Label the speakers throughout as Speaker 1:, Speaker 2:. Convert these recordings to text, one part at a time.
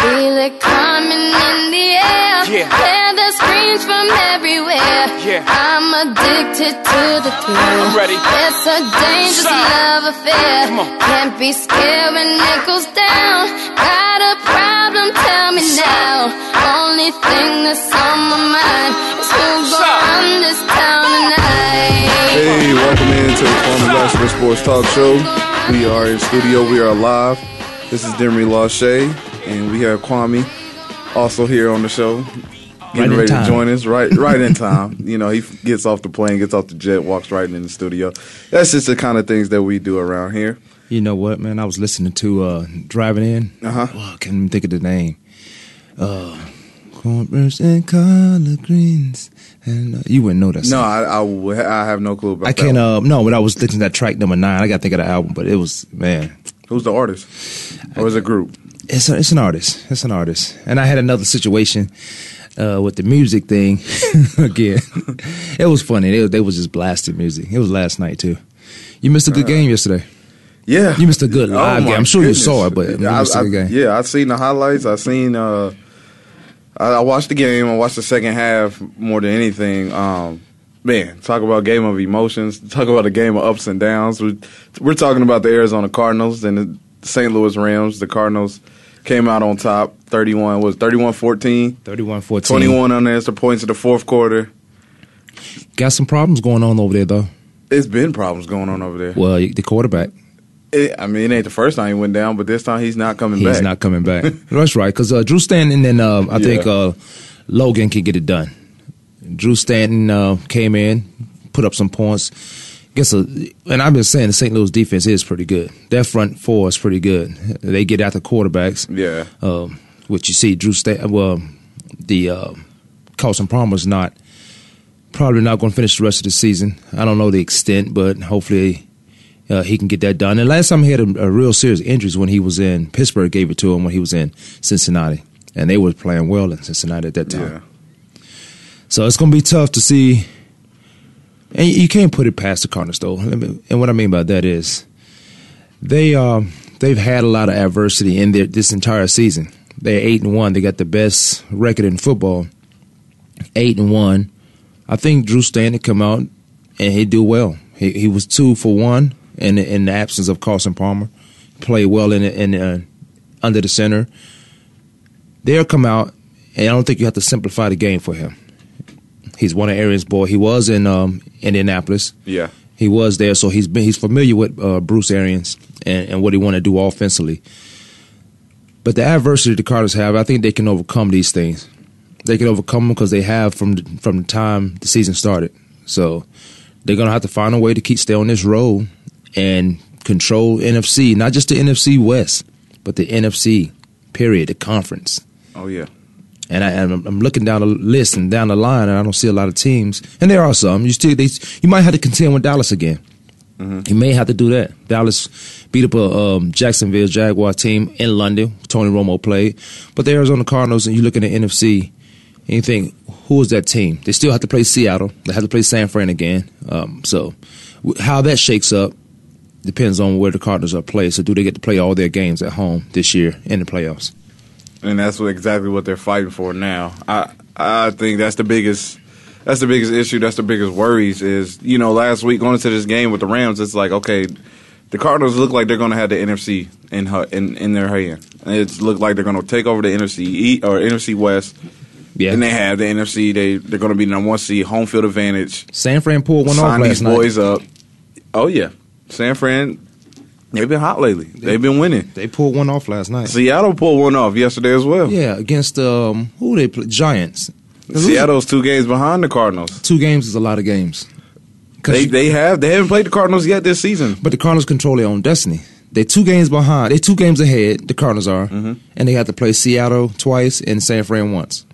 Speaker 1: Feel it coming in the air.
Speaker 2: Yeah.
Speaker 1: Hear the screams from everywhere.
Speaker 2: Yeah.
Speaker 1: I'm addicted to the thrill.
Speaker 2: I'm ready.
Speaker 1: It's a dangerous
Speaker 2: Side.
Speaker 1: love affair.
Speaker 2: Come on.
Speaker 1: Can't be scared when it goes down. Got a problem? Tell me now. Only thing that's on my mind is who's gonna
Speaker 2: Side.
Speaker 1: run this town tonight.
Speaker 3: Hey, welcome in to the Former Basketball Sports Talk Show. We are in studio. We are live. This is Demery Lachey, and we have Kwame also here on the show,
Speaker 4: Right in
Speaker 3: getting ready
Speaker 4: time.
Speaker 3: to join us. Right, right in time. you know, he gets off the plane, gets off the jet, walks right in the studio. That's just the kind of things that we do around here.
Speaker 4: You know what, man? I was listening to uh driving in.
Speaker 3: Uh-huh.
Speaker 4: Oh, I can't even think of the name. Uh Cornbread and collard greens, and uh, you wouldn't know that.
Speaker 3: No,
Speaker 4: song.
Speaker 3: I, I, would- I have no clue about.
Speaker 4: I
Speaker 3: that one.
Speaker 4: can't. Uh, no, but I was listening to that track number nine. I got to think of the album, but it was man.
Speaker 3: Who's the artist? Or is it a group?
Speaker 4: It's a, it's an artist. It's an artist. And I had another situation uh, with the music thing again. it was funny. They they was just blasting music. It was last night too. You missed a good game yesterday.
Speaker 3: Yeah, Oh
Speaker 4: You missed a good live
Speaker 3: my
Speaker 4: game. I'm sure you saw it, but you
Speaker 3: I,
Speaker 4: missed a
Speaker 3: I-
Speaker 4: good game.
Speaker 3: yeah, I seen the highlights. I seen. Uh, I, I watched the game. I watched the second half more than anything. Um, man, talk about game of emotions. Talk about a game of ups and downs. We're, we're talking about the Arizona Cardinals and the St. Louis Rams. The Cardinals came out on top. 31 was 31-14.
Speaker 4: 31-14.
Speaker 3: 21 unanswered points in the fourth quarter.
Speaker 4: Got some problems going on over there though.
Speaker 3: It's been problems going on over there.
Speaker 4: Well, the quarterback.
Speaker 3: It, I mean, it ain't the first time he went down, but this time he's not coming
Speaker 4: He's
Speaker 3: back.
Speaker 4: not coming back. That's right, because uh, Drew Stanton and uh, I
Speaker 3: Yeah.
Speaker 4: think uh, Logan can get it done. Drew Stanton uh, came in, put up some points. Guess, uh, and I've been saying the St. Louis defense is pretty good. Their front four is pretty good. They get after quarterbacks.
Speaker 3: Yeah.
Speaker 4: Um, which you see, Drew Stanton. Well, the uh, Carlson Palmer's not probably not going to finish the rest of the season. I don't know the extent, but hopefully uh, he can get that done. And last time he had a, a real serious injuries when he was in Pittsburgh, gave it to him when he was in Cincinnati, and they were playing well in Cincinnati at that time.
Speaker 3: Yeah.
Speaker 4: So it's going to be tough to see. And you can't put it past the Cardinals, though. I mean- And what I mean by that is they um, they've had a lot of adversity in their this entire season. They're eight and one. They got the best record in football. Eight and one. I think Drew Stanton come out and he do well. He he was two for one in the- in the absence of Carson Palmer. Played well in the- in the, uh, under the center. They'll come out, and I don't think you have to simplify the game for him. He's one of Arians' boy. He was in um, Indianapolis.
Speaker 3: Yeah.
Speaker 4: He was there, so he's been he's familiar with uh, Bruce Arians and, and what he want to do offensively. But the adversity the Cardinals have, I think they can overcome these things. They can overcome them because they have from the, from the time the season started. So they're gonna have to find a way to keep stay on this road and control NFC, not just the NFC West, but the NFC period, the conference
Speaker 3: Oh yeah.
Speaker 4: and I, I'm, I'm looking down the list and down the line, and I don't see a lot of teams. And there are some. You still, they, you might have to contend with Dallas again.
Speaker 3: Mm-hmm.
Speaker 4: You may have to do that. Dallas beat up a um, Jacksonville Jaguar team in London. Tony Romo played, but the Arizona Cardinals, and you look in the NFC, and you think, who is that team? They still have to play Seattle. They have to play San Fran again. Um, so, w- how that shakes up depends on where the Cardinals are played. So, do they get to play all their games at home this year in the playoffs?
Speaker 3: and that's what, exactly what they're fighting for now. I I think that's the biggest that's the biggest issue. That's the biggest worries is you know last week going into this game with the Rams, it's like okay, the Cardinals look like they're going to have the NFC in her, in in their hand. It looked like they're going to take over the NFC E or NFC West.
Speaker 4: Yeah.
Speaker 3: And they have the NFC. They they're going to be the number one seed, home field advantage.
Speaker 4: San Fran pulled one off
Speaker 3: Sign
Speaker 4: last
Speaker 3: these
Speaker 4: night.
Speaker 3: boys up. Oh yeah, San Fran. They've been hot lately. They've been winning.
Speaker 4: They pulled one off last night.
Speaker 3: Seattle pulled one off yesterday as well.
Speaker 4: Yeah, against um, who they play? Giants.
Speaker 3: Seattle's two games behind the Cardinals.
Speaker 4: Two games is a lot of games. 'Cause-
Speaker 3: They they have they haven't played the Cardinals yet this season.
Speaker 4: but the Cardinals control their own destiny. They're two games behind. They're two games ahead. The Cardinals are,
Speaker 3: Mm-hmm.
Speaker 4: and they have to play Seattle twice and San Fran once.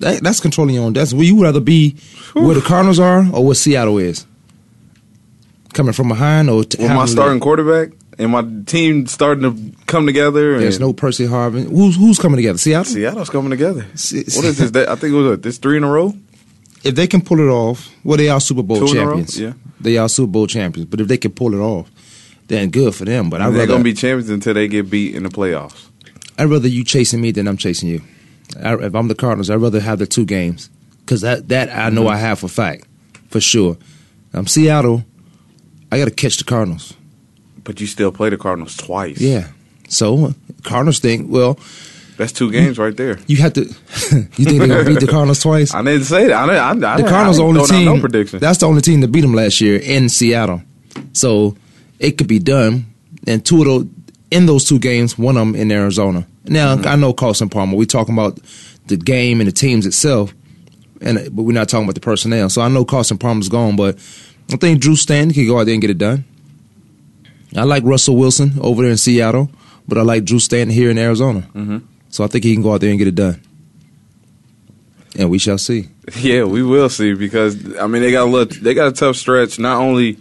Speaker 4: That, that's controlling your own destiny. Would you rather be where the Cardinals are or where Seattle is? Coming from behind or t-
Speaker 3: With my
Speaker 4: having-
Speaker 3: starting quarterback and my team starting to come together, and
Speaker 4: There's no Percy Harvin. Who's who's coming together? Seattle.
Speaker 3: Seattle's coming together.
Speaker 4: Se-
Speaker 3: What is this? That, I think it was uh, this three in a row.
Speaker 4: if they can pull it off, well, they are Super Bowl
Speaker 3: Two in a row,
Speaker 4: champions.
Speaker 3: yeah.
Speaker 4: they are Super Bowl champions. But if they can pull it off, then good for them. But I
Speaker 3: They're
Speaker 4: rather
Speaker 3: going to be champions until they get beat in the playoffs.
Speaker 4: I'd rather you chasing me than I'm chasing you. I, if I'm the Cardinals, I'd rather have the two games because that that I know I have for fact, for sure. I'm Seattle. I got to catch the Cardinals.
Speaker 3: But you still play the Cardinals twice.
Speaker 4: Yeah. So Cardinals think well.
Speaker 3: That's two games right there.
Speaker 4: You have to. you think they're gonna beat the Cardinals twice?
Speaker 3: I didn't say that. I didn't, I, I
Speaker 4: the
Speaker 3: didn't-
Speaker 4: Cardinals
Speaker 3: I didn't
Speaker 4: only
Speaker 3: throw down
Speaker 4: team.
Speaker 3: No prediction.
Speaker 4: That's the only team that beat them last year in Seattle. So it could be done. And two of those in those two games, one of them in Arizona. Now
Speaker 3: Mm-hmm.
Speaker 4: I know Carson Palmer. We're talking about the game and the teams itself, and uh, but we're not talking about the personnel. So I know Carson Palmer's gone, but I think Drew Stanton can go out there and get it done. I like Russell Wilson over there in Seattle, but I like Drew Stanton here in Arizona.
Speaker 3: Mm-hmm.
Speaker 4: So I think he can go out there and get it done. And we shall see.
Speaker 3: Yeah, we will see because I mean they got a little, they got a tough stretch not only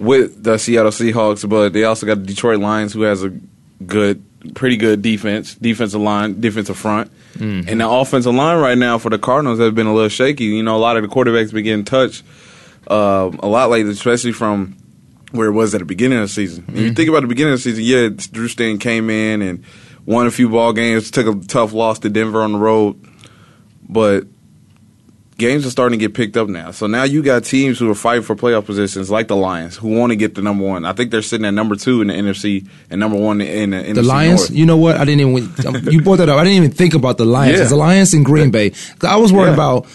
Speaker 3: with the Seattle Seahawks, but they also got the Detroit Lions who has a good pretty good defense, defensive line, defensive front. And the offensive line right now for the Cardinals has been a little shaky. You know, a lot of the quarterbacks been getting touched uh, a lot lately, especially from where it was at the beginning of the season. And
Speaker 4: Mm-hmm.
Speaker 3: you think about the beginning of the season, yeah, Drew Stanton came in and won a few ball games, took a tough loss to Denver on the road, but games are starting to get picked up now. So now you got teams who are fighting for playoff positions, like the Lions, who want to get the number one. I think they're sitting at number two in the NFC and number one in the NFC
Speaker 4: the Lions.
Speaker 3: North.
Speaker 4: You know what? I didn't even um, you brought that up. I didn't even think about the Lions.
Speaker 3: Yeah.
Speaker 4: It's The Lions in Green Bay. 'Cause I was worried
Speaker 3: Yeah.
Speaker 4: about.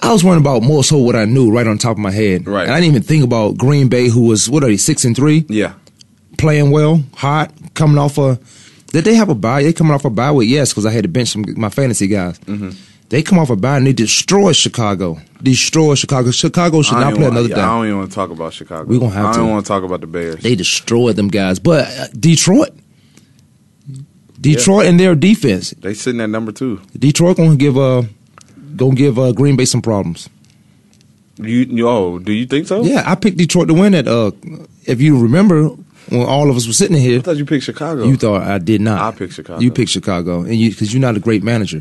Speaker 4: I was worrying about more so what I knew right on top of my head.
Speaker 3: Right.
Speaker 4: And I didn't even think about Green Bay, who was what are they six and three,
Speaker 3: Yeah,
Speaker 4: playing well, hot, coming off a. Did they have a bye? They coming off a bye week, yes, because I had to bench some my fantasy guys.
Speaker 3: Mm-hmm.
Speaker 4: They come off a bye and they destroy Chicago. Destroy Chicago. Chicago should
Speaker 3: I
Speaker 4: not
Speaker 3: don't
Speaker 4: play
Speaker 3: even
Speaker 4: another
Speaker 3: want- yeah, I
Speaker 4: down.
Speaker 3: don't even want to talk about Chicago.
Speaker 4: We gonna have
Speaker 3: I don't
Speaker 4: to.
Speaker 3: want to talk about the Bears.
Speaker 4: They destroyed them guys, but uh, Detroit, Detroit and their defense.
Speaker 3: They sitting at number two.
Speaker 4: Detroit gonna give uh gonna give uh, Green Bay some problems.
Speaker 3: You, you oh, do you think so?
Speaker 4: Yeah, I picked Detroit to win at uh if you remember when all of us were sitting here,
Speaker 3: I thought you picked Chicago.
Speaker 4: you thought I did not.
Speaker 3: I picked Chicago.
Speaker 4: You picked Chicago, and you because you're not a great manager.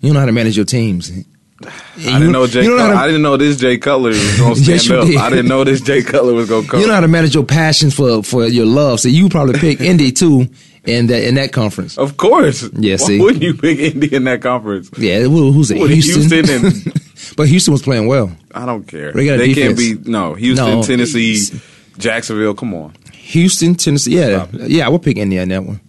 Speaker 4: You don't know how to manage your teams.
Speaker 3: I didn't know Jay.
Speaker 4: You don't know
Speaker 3: Cutler,
Speaker 4: how to-
Speaker 3: I didn't know this Jay Cutler was gonna stand
Speaker 4: Yes, you
Speaker 3: up.
Speaker 4: did.
Speaker 3: I didn't know this Jay Cutler was gonna come.
Speaker 4: You know how to manage your passions for for your love. So you probably pick Indy too in that in that conference.
Speaker 3: of course.
Speaker 4: Yeah,
Speaker 3: Why
Speaker 4: see.
Speaker 3: wouldn't you pick Indy in that conference?
Speaker 4: Yeah, who, who's it?
Speaker 3: Well,
Speaker 4: Houston.
Speaker 3: Houston and-
Speaker 4: but Houston was playing well.
Speaker 3: I don't care.
Speaker 4: They got a
Speaker 3: can't be
Speaker 4: defense.
Speaker 3: no Houston,
Speaker 4: No.
Speaker 3: Tennessee, Jacksonville. Come on.
Speaker 4: Houston, Tennessee. Yeah, yeah, I would pick India in that one.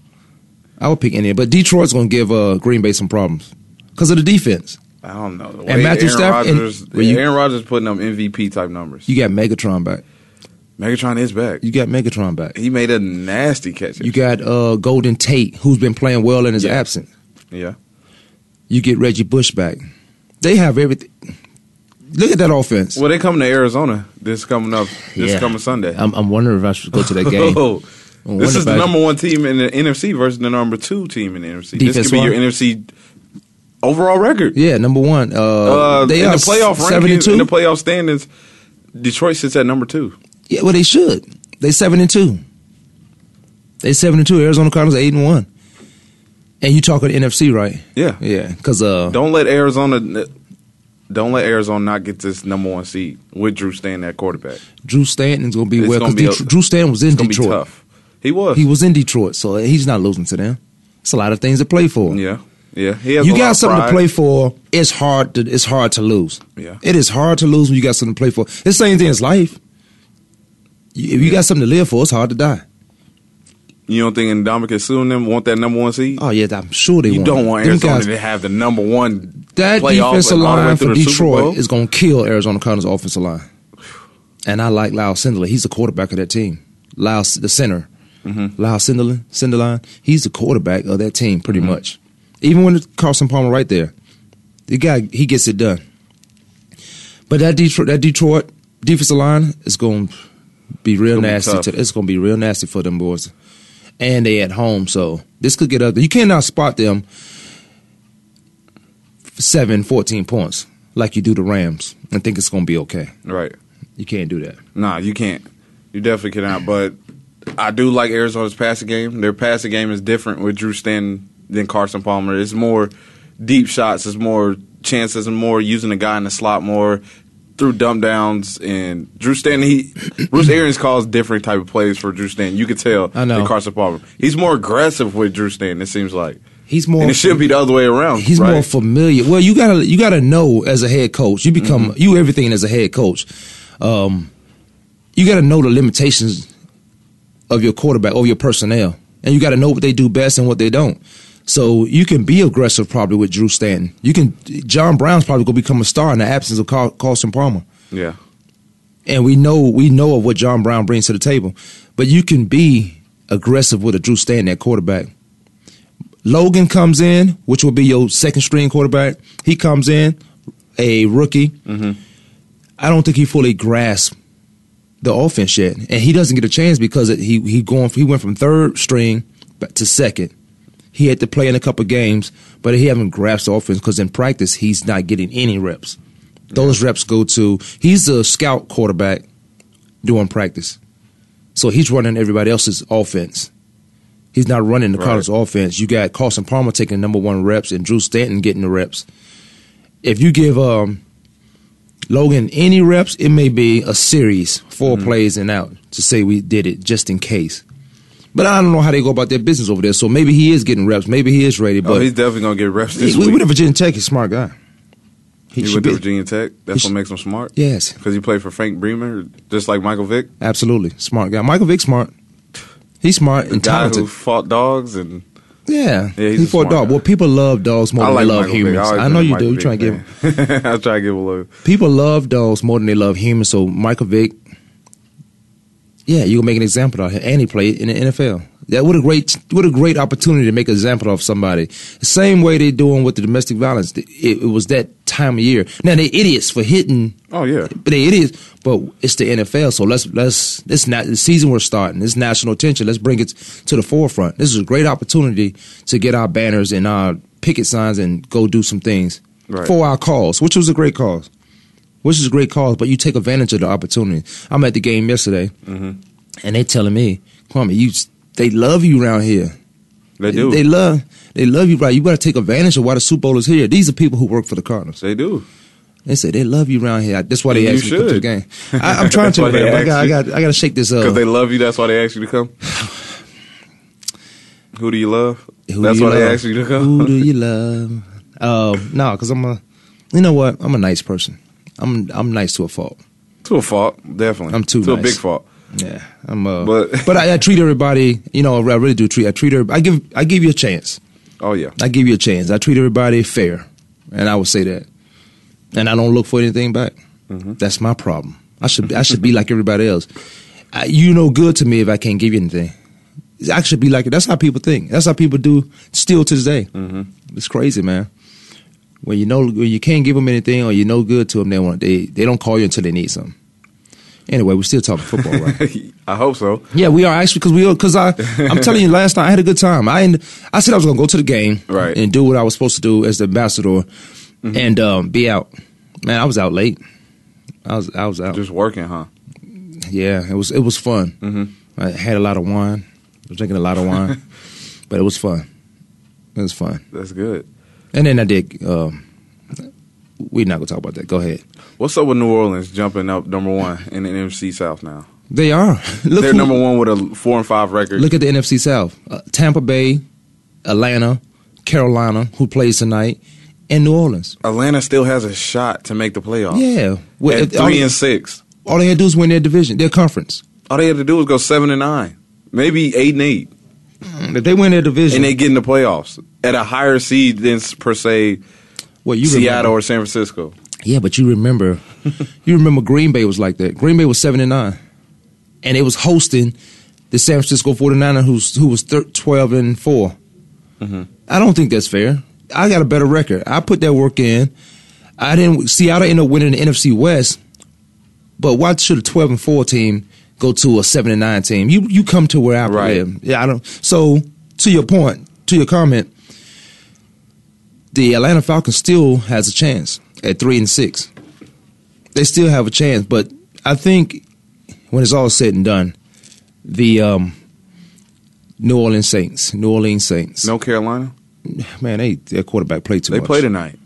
Speaker 4: I would pick India, but Detroit's going to give uh, Green Bay some problems because of the defense.
Speaker 3: I don't know. The
Speaker 4: And
Speaker 3: way
Speaker 4: Matthew
Speaker 3: Aaron
Speaker 4: Stafford-
Speaker 3: Rodgers,
Speaker 4: and- well, you-
Speaker 3: Aaron Rodgers putting up MVP type numbers.
Speaker 4: You got Megatron back.
Speaker 3: Megatron is back.
Speaker 4: You got Megatron back.
Speaker 3: He made a nasty catch.
Speaker 4: You got uh, Golden Tate, who's been playing well in his
Speaker 3: Yeah.
Speaker 4: absence.
Speaker 3: yeah.
Speaker 4: You get Reggie Bush back. They have everything. Look at that offense.
Speaker 3: Well, they coming to Arizona this coming up this
Speaker 4: Yeah.
Speaker 3: coming Sunday.
Speaker 4: I'm, I'm wondering if I should go to that game.
Speaker 3: Oh,
Speaker 4: I'm
Speaker 3: this
Speaker 4: wondering
Speaker 3: is
Speaker 4: if I-
Speaker 3: the number one team in the NFC versus the number two team in the NFC. this
Speaker 4: Defense
Speaker 3: could be your
Speaker 4: wise?
Speaker 3: NFC overall record.
Speaker 4: Yeah, number one. Uh,
Speaker 3: Uh,
Speaker 4: they
Speaker 3: in the
Speaker 4: are
Speaker 3: playoff rankings,
Speaker 4: 72.
Speaker 3: in the playoff standings, Detroit sits at number two.
Speaker 4: Yeah, well, they should. They seven and two. They seven and two. Arizona Cardinals eight and one. And you talking NFC, right?
Speaker 3: Yeah.
Speaker 4: Yeah, because uh,
Speaker 3: Don't let Arizona. Don't let Arizona not get this number one seed with Drew Stanton at quarterback.
Speaker 4: Drew Stanton's gonna be
Speaker 3: It's
Speaker 4: well
Speaker 3: gonna
Speaker 4: because
Speaker 3: be a-
Speaker 4: Drew Stanton was in
Speaker 3: It's gonna be
Speaker 4: Detroit.
Speaker 3: tough. He was.
Speaker 4: He was in Detroit, so he's not losing to them. It's a lot of things to play for.
Speaker 3: Yeah, yeah. He has
Speaker 4: You
Speaker 3: a lot
Speaker 4: got
Speaker 3: of
Speaker 4: something
Speaker 3: pride.
Speaker 4: to play for. It's hard to it's hard to lose.
Speaker 3: Yeah.
Speaker 4: It is hard to lose when you got something to play for. It's the same thing as life. You- If you got something to live for, it's hard to die.
Speaker 3: You don't think Indominus Sue and them want that number one seed?
Speaker 4: Oh yeah, I'm sure they
Speaker 3: you
Speaker 4: won't.
Speaker 3: don't want
Speaker 4: Them
Speaker 3: Arizona
Speaker 4: guys-
Speaker 3: to have the number one
Speaker 4: That
Speaker 3: playoff
Speaker 4: defensive
Speaker 3: and all the way
Speaker 4: line
Speaker 3: through
Speaker 4: for
Speaker 3: the Super Bowl.
Speaker 4: Detroit is going to kill Arizona Cardinals' offensive line. And I like Lyle Cinderlin. He's the quarterback of that team. Lyle, the center.
Speaker 3: Mm-hmm.
Speaker 4: Lyle Cinderlin, Cinderlin, he's the quarterback of that team pretty
Speaker 3: Mm-hmm.
Speaker 4: much. Even when it's Carson Palmer right there, the guy, he gets it done. But that Detroit, that Detroit defensive line is going to be real
Speaker 3: gonna be
Speaker 4: nasty.
Speaker 3: tough.
Speaker 4: to, it's going to be real nasty for them boys. And they at home, so this could get up. You cannot spot them seven, 14 points like you do the Rams and think it's going to be okay.
Speaker 3: right?
Speaker 4: You can't do that.
Speaker 3: Nah, you can't. You definitely cannot. But I do like Arizona's passing game. Their passing game is different with Drew Stanton than Carson Palmer. It's more deep shots. It's more chances and more using the guy in the slot more through dumb downs and Drew Stanton. He Bruce Arians calls different type of plays for Drew Stanton. You could tell
Speaker 4: I know.
Speaker 3: than Carson Palmer. He's more aggressive with Drew Stanton. It seems like
Speaker 4: he's more
Speaker 3: and it should be the other way around.
Speaker 4: he's
Speaker 3: right?
Speaker 4: more familiar. Well, you gotta you gotta know as a head coach. You become you everything as a head coach. Um, you gotta know the limitations of your quarterback or your personnel, and you gotta know what they do best and what they don't. So you can be aggressive probably with Drew Stanton. You can John Brown's probably gonna become a star in the absence of Carl, Carlson Palmer
Speaker 3: yeah.
Speaker 4: and we know we know of what John Brown brings to the table. But you can be aggressive with a Drew Stanton at quarterback. Logan comes in, which will be your second string quarterback. He comes in, a rookie. I don't think he fully grasped the offense yet, and he doesn't get a chance because it, he he going he went from third string ba- to second. He had to play in a couple games, but he haven't grasped the offense because in practice he's not getting any reps. Those reps go to he's a scout quarterback doing practice, so he's running everybody else's offense. He's not running the
Speaker 3: Right.
Speaker 4: college offense. You got Carson Palmer taking number one reps and Drew Stanton getting the reps. If you give um, Logan, any reps, it may be a series, 4
Speaker 3: Mm-hmm.
Speaker 4: plays and out to say we did it just in case. But I don't know how they go about their business over there. So maybe he is getting reps. Maybe he is ready.
Speaker 3: oh,
Speaker 4: But
Speaker 3: he's definitely gonna get reps
Speaker 4: we,
Speaker 3: this
Speaker 4: we
Speaker 3: week.
Speaker 4: went to Virginia Tech. He's a smart guy. He,
Speaker 3: He
Speaker 4: should
Speaker 3: went
Speaker 4: be-
Speaker 3: to Virginia Tech. That's
Speaker 4: should-
Speaker 3: what makes him smart.
Speaker 4: Yes,
Speaker 3: Because he played for Frank Bremer, just like Michael Vick,
Speaker 4: absolutely. Smart guy. Michael Vick, smart. He's smart
Speaker 3: the
Speaker 4: and
Speaker 3: guy
Speaker 4: talented.
Speaker 3: who fought dogs and
Speaker 4: yeah.
Speaker 3: Yeah, he's
Speaker 4: he
Speaker 3: a
Speaker 4: fought
Speaker 3: smart
Speaker 4: dog.
Speaker 3: guy.
Speaker 4: Well, people love dogs more
Speaker 3: I
Speaker 4: than
Speaker 3: like
Speaker 4: they love
Speaker 3: Michael
Speaker 4: humans.
Speaker 3: Vick.
Speaker 4: I know you do. You trying to give
Speaker 3: give. I try to give a little.
Speaker 4: people love dogs more than they love humans. So Michael Vick, yeah, you can make an example out of him, and he played in the NFL. That what a great what a great opportunity to make an example of somebody. The same way they're doing with the domestic violence. It, it was that time of year. Now they idiots for hitting,
Speaker 3: Oh yeah,
Speaker 4: but they idiots. But it's the NFL, so let's let's it's not the season we're starting. It's national attention. Let's bring it to the forefront. This is a great opportunity to get our banners and our picket signs and go do some things
Speaker 3: Right.
Speaker 4: for our cause, which was a great cause which is a great cause, but you take advantage of the opportunity. I'm at the game yesterday,
Speaker 3: Mm-hmm.
Speaker 4: and they telling me, Kwame, you they love you around here.
Speaker 3: they do.
Speaker 4: They love they love you, right? You better take advantage of why the Super Bowl is here. These are people who work for the Cardinals.
Speaker 3: They do.
Speaker 4: They say they love you around here. That's why they
Speaker 3: You
Speaker 4: asked me to come to the
Speaker 3: should.
Speaker 4: game. I, I'm trying to,
Speaker 3: That's why they
Speaker 4: man, but I,
Speaker 3: asked
Speaker 4: got, I
Speaker 3: you.
Speaker 4: got I got to shake this
Speaker 3: Because
Speaker 4: up.
Speaker 3: they love you, that's why they ask you to come. Who do you love?
Speaker 4: Who
Speaker 3: that's
Speaker 4: do you
Speaker 3: why they
Speaker 4: love?
Speaker 3: ask you to
Speaker 4: Who
Speaker 3: come.
Speaker 4: do you love? Um, no, because I'm a, you know what? I'm a nice person. I'm I'm nice to a fault.
Speaker 3: to a fault, definitely.
Speaker 4: I'm too
Speaker 3: to a
Speaker 4: nice.
Speaker 3: big fault.
Speaker 4: Yeah, I'm. Uh,
Speaker 3: But-
Speaker 4: but I, I treat everybody. You know, I really do treat. I treat everybody. I give. I give you a chance.
Speaker 3: Oh yeah,
Speaker 4: I give you a chance. I treat everybody fair, and I would say that. And I don't look for anything back. That's my problem. I should. I should be like everybody else. I, you no good to me if I can't give you anything. I should be like. That's how people think. That's how people do still to this day. It's crazy, man. When you know when you can't give them anything or you're no good to them, they want they they don't call you until they need something. Anyway, we're still talking football, right?
Speaker 3: I hope so.
Speaker 4: Yeah, we are actually because we because I I'm telling you last night I had a good time. I end- I said I was gonna go to the game
Speaker 3: Right. Mm-hmm.
Speaker 4: and do what I was supposed to do as the ambassador and um, be out. Man, I was out late. I was I was out.
Speaker 3: Just working, huh?
Speaker 4: yeah, it was it was fun.
Speaker 3: Mm-hmm.
Speaker 4: I had a lot of wine. I was drinking a lot of wine, but it was fun. It was fun.
Speaker 3: That's good.
Speaker 4: And then I did. Um, we're not gonna talk about that. Go ahead.
Speaker 3: What's up with New Orleans jumping up number one in the NFC South now?
Speaker 4: They are. Look
Speaker 3: They're
Speaker 4: who-
Speaker 3: number one with a four and five record.
Speaker 4: Look at the NFC South: uh, Tampa Bay, Atlanta, Carolina, who plays tonight, and New Orleans.
Speaker 3: Atlanta still has a shot to make the playoffs.
Speaker 4: Yeah, well,
Speaker 3: at
Speaker 4: if- all,
Speaker 3: three
Speaker 4: they-
Speaker 3: and six.
Speaker 4: all they had to do is win their division, their conference.
Speaker 3: All they have to do is go seven and nine, maybe eight and eight,
Speaker 4: Mm, If they win their division,
Speaker 3: and they get in the playoffs at a higher seed than per se
Speaker 4: well, you
Speaker 3: Seattle
Speaker 4: remember-
Speaker 3: or San Francisco.
Speaker 4: yeah, but you remember, you remember Green Bay was like that. Green Bay was seven and nine, and it was hosting the San Francisco 49er, who's who was thir- twelve and 4 I don't think that's fair. I got a better record. I put that work in. I didn't. Seattle ended up winning the NFC West, but why should a twelve and four team go to a seven and nine team? You you come to where I play.
Speaker 3: Right.
Speaker 4: Yeah, I don't. So to your point, to your comment, the Atlanta Falcons still has a chance at three and six. They still have a chance, but I think when it's all said and done, the um, New Orleans Saints, New Orleans Saints,
Speaker 3: No Carolina.
Speaker 4: man, they their quarterback played too
Speaker 3: They
Speaker 4: much.
Speaker 3: play tonight.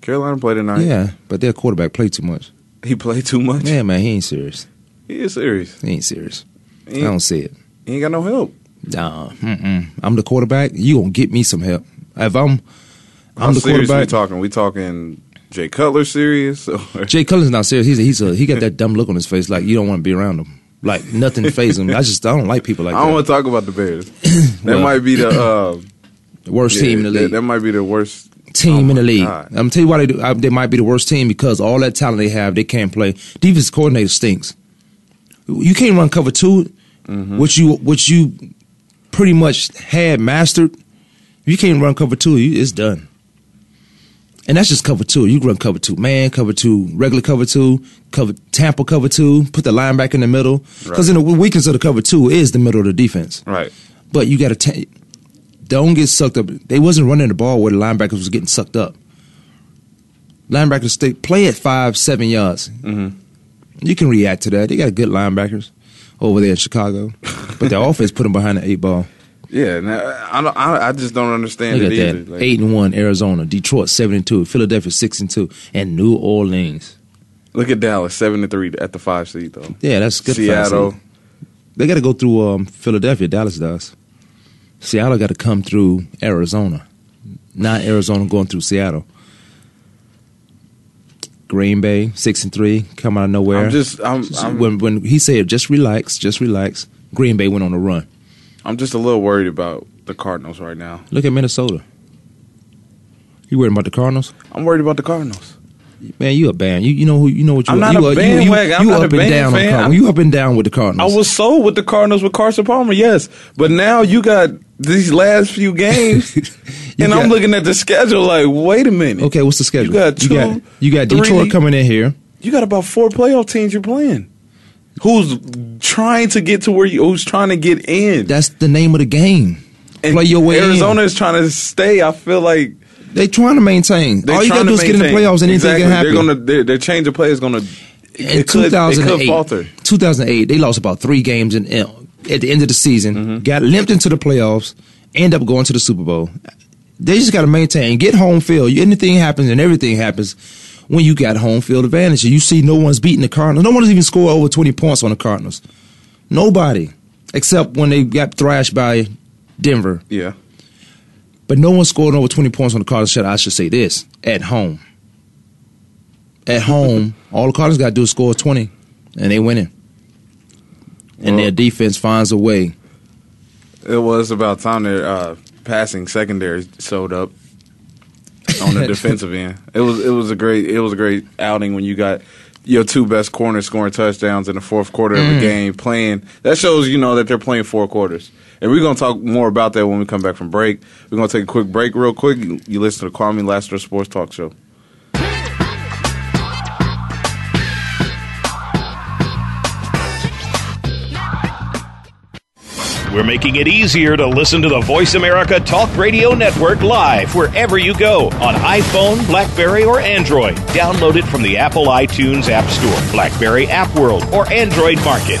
Speaker 3: Carolina play tonight.
Speaker 4: Yeah, but their quarterback played too much.
Speaker 3: He played too much.
Speaker 4: Yeah, man, he ain't serious.
Speaker 3: He is serious.
Speaker 4: He ain't serious.
Speaker 3: He
Speaker 4: I
Speaker 3: ain't,
Speaker 4: don't see it.
Speaker 3: he ain't got no help.
Speaker 4: Nah, mm-mm. I'm the quarterback. You gonna get me some help if I'm. I'm the
Speaker 3: serious we
Speaker 4: quarterback.
Speaker 3: talking? We talking Jay Cutler serious? Or
Speaker 4: Jay Cullen's not serious. He's a, he's a, he got that dumb look on his face, like you don't want to be around him. Like nothing fazes him. I just I don't like people like
Speaker 3: I don't
Speaker 4: that.
Speaker 3: want to talk about the Bears. That might be the uh,
Speaker 4: Worst
Speaker 3: yeah,
Speaker 4: team in the
Speaker 3: that-
Speaker 4: league.
Speaker 3: That, might be the worst
Speaker 4: team
Speaker 3: Oh
Speaker 4: in the
Speaker 3: my
Speaker 4: league.
Speaker 3: God.
Speaker 4: I'm tell you why they do, I, they might be the worst team because all that talent they have, they can't play. Defense coordinator stinks. You can't run cover 2
Speaker 3: Mm-hmm.
Speaker 4: which you which you pretty much had mastered. You can't run cover two, you, it's done. And that's just cover two. You can run cover two, man, cover two, regular cover two, cover Tampa cover two. Put the linebacker in the middle because in the weakness of the cover two is the middle of the defense.
Speaker 3: Right.
Speaker 4: But you got to don't get sucked up. They wasn't running the ball where the linebackers was getting sucked up. Linebackers stay play at five seven yards.
Speaker 3: Mhm.
Speaker 4: You can react to that. They got good linebackers over there in Chicago, but their offense put them behind the eight ball.
Speaker 3: Yeah, now, I don't. I, I just don't understand
Speaker 4: Look at
Speaker 3: it either.
Speaker 4: that:
Speaker 3: Like,
Speaker 4: eight and one, Arizona, Detroit seven and two, Philadelphia six and two, and New Orleans.
Speaker 3: Look at Dallas, seven to three at the five seed though.
Speaker 4: Yeah, that's good. for us.
Speaker 3: Seattle,
Speaker 4: They got to go through um, Philadelphia. Dallas does. Seattle got to come through Arizona, not Arizona going through Seattle. Green Bay six and three come out of nowhere.
Speaker 3: I'm just. I'm. I'm,
Speaker 4: when when he said just relax, just relax. Green Bay went on a run.
Speaker 3: I'm just a little worried about the Cardinals right now.
Speaker 4: Look at Minnesota. You worried about the Cardinals?
Speaker 3: I'm worried about the Cardinals.
Speaker 4: Man, you a band. You you know who you know what you
Speaker 3: I'm not
Speaker 4: are. you
Speaker 3: a
Speaker 4: are- you-
Speaker 3: bandwagon.
Speaker 4: You,
Speaker 3: I'm
Speaker 4: you
Speaker 3: not a
Speaker 4: up and
Speaker 3: band
Speaker 4: down
Speaker 3: fan.
Speaker 4: on Cardinals. You up and down with the Cardinals.
Speaker 3: I was sold with the Cardinals with Carson Palmer, yes, but now you got these last few games,
Speaker 4: You
Speaker 3: and I'm
Speaker 4: got-
Speaker 3: looking at the schedule like, wait a minute.
Speaker 4: okay. What's the schedule?
Speaker 3: You got two,
Speaker 4: You got, you got
Speaker 3: three-
Speaker 4: Detroit coming in here.
Speaker 3: you got about four playoff teams you're playing. Who's trying to get to where you? Who's trying to get in?
Speaker 4: That's the name of the game.
Speaker 3: And
Speaker 4: play your way in.
Speaker 3: Arizona is trying to stay. I feel like
Speaker 4: They trying to maintain.
Speaker 3: they're
Speaker 4: All you
Speaker 3: trying
Speaker 4: gotta do
Speaker 3: to
Speaker 4: is get in the
Speaker 3: maintain.
Speaker 4: playoffs and anything
Speaker 3: exactly.
Speaker 4: can happen.
Speaker 3: They're gonna their, their change of play is gonna.
Speaker 4: in
Speaker 3: it could, it could
Speaker 4: 2008,
Speaker 3: falter.
Speaker 4: 2008, they lost about three games in, in- at the end of the season,
Speaker 3: Mm-hmm.
Speaker 4: got limped into the playoffs, end up going to the Super Bowl. They just got to maintain, get home field. Anything happens and everything happens when you got home field advantage. You see, no one's beating the Cardinals. No one's even scored over 20 points on the Cardinals. Nobody, except when they got thrashed by Denver.
Speaker 3: Yeah,
Speaker 4: But no one scored over 20 points on the Cardinals. Shut I should say this at home. At home, all the Cardinals got to do is score 20, and they winning. And
Speaker 3: Well-
Speaker 4: their defense finds a way.
Speaker 3: it was about time their uh, passing secondary showed up on the defensive end. It was it was a great it was a great outing when you got your two best corners scoring touchdowns in the fourth quarter
Speaker 4: Mm.
Speaker 3: of a game playing. That shows you know that they're playing four quarters. And we're gonna talk more about that when we come back from break. We're gonna take a quick break real quick. You you listen to Kwame Laster Sports Talk Show.
Speaker 2: We're making it easier to listen to the Voice America Talk Radio Network live wherever you go on iPhone, Blackberry, or Android. Download it from the Apple iTunes App Store, Blackberry App World, or Android Market.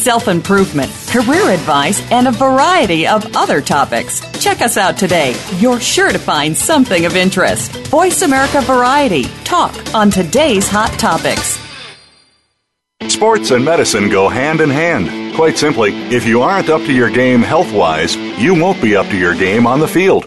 Speaker 5: self improvement, career advice, and a variety of other topics. Check us out today. You're sure to find something of interest. Voice America Variety. Talk on today's hot topics.
Speaker 6: Sports and medicine go hand in hand. Quite simply, if you aren't up to your game health wise, you won't be up to your game on the field.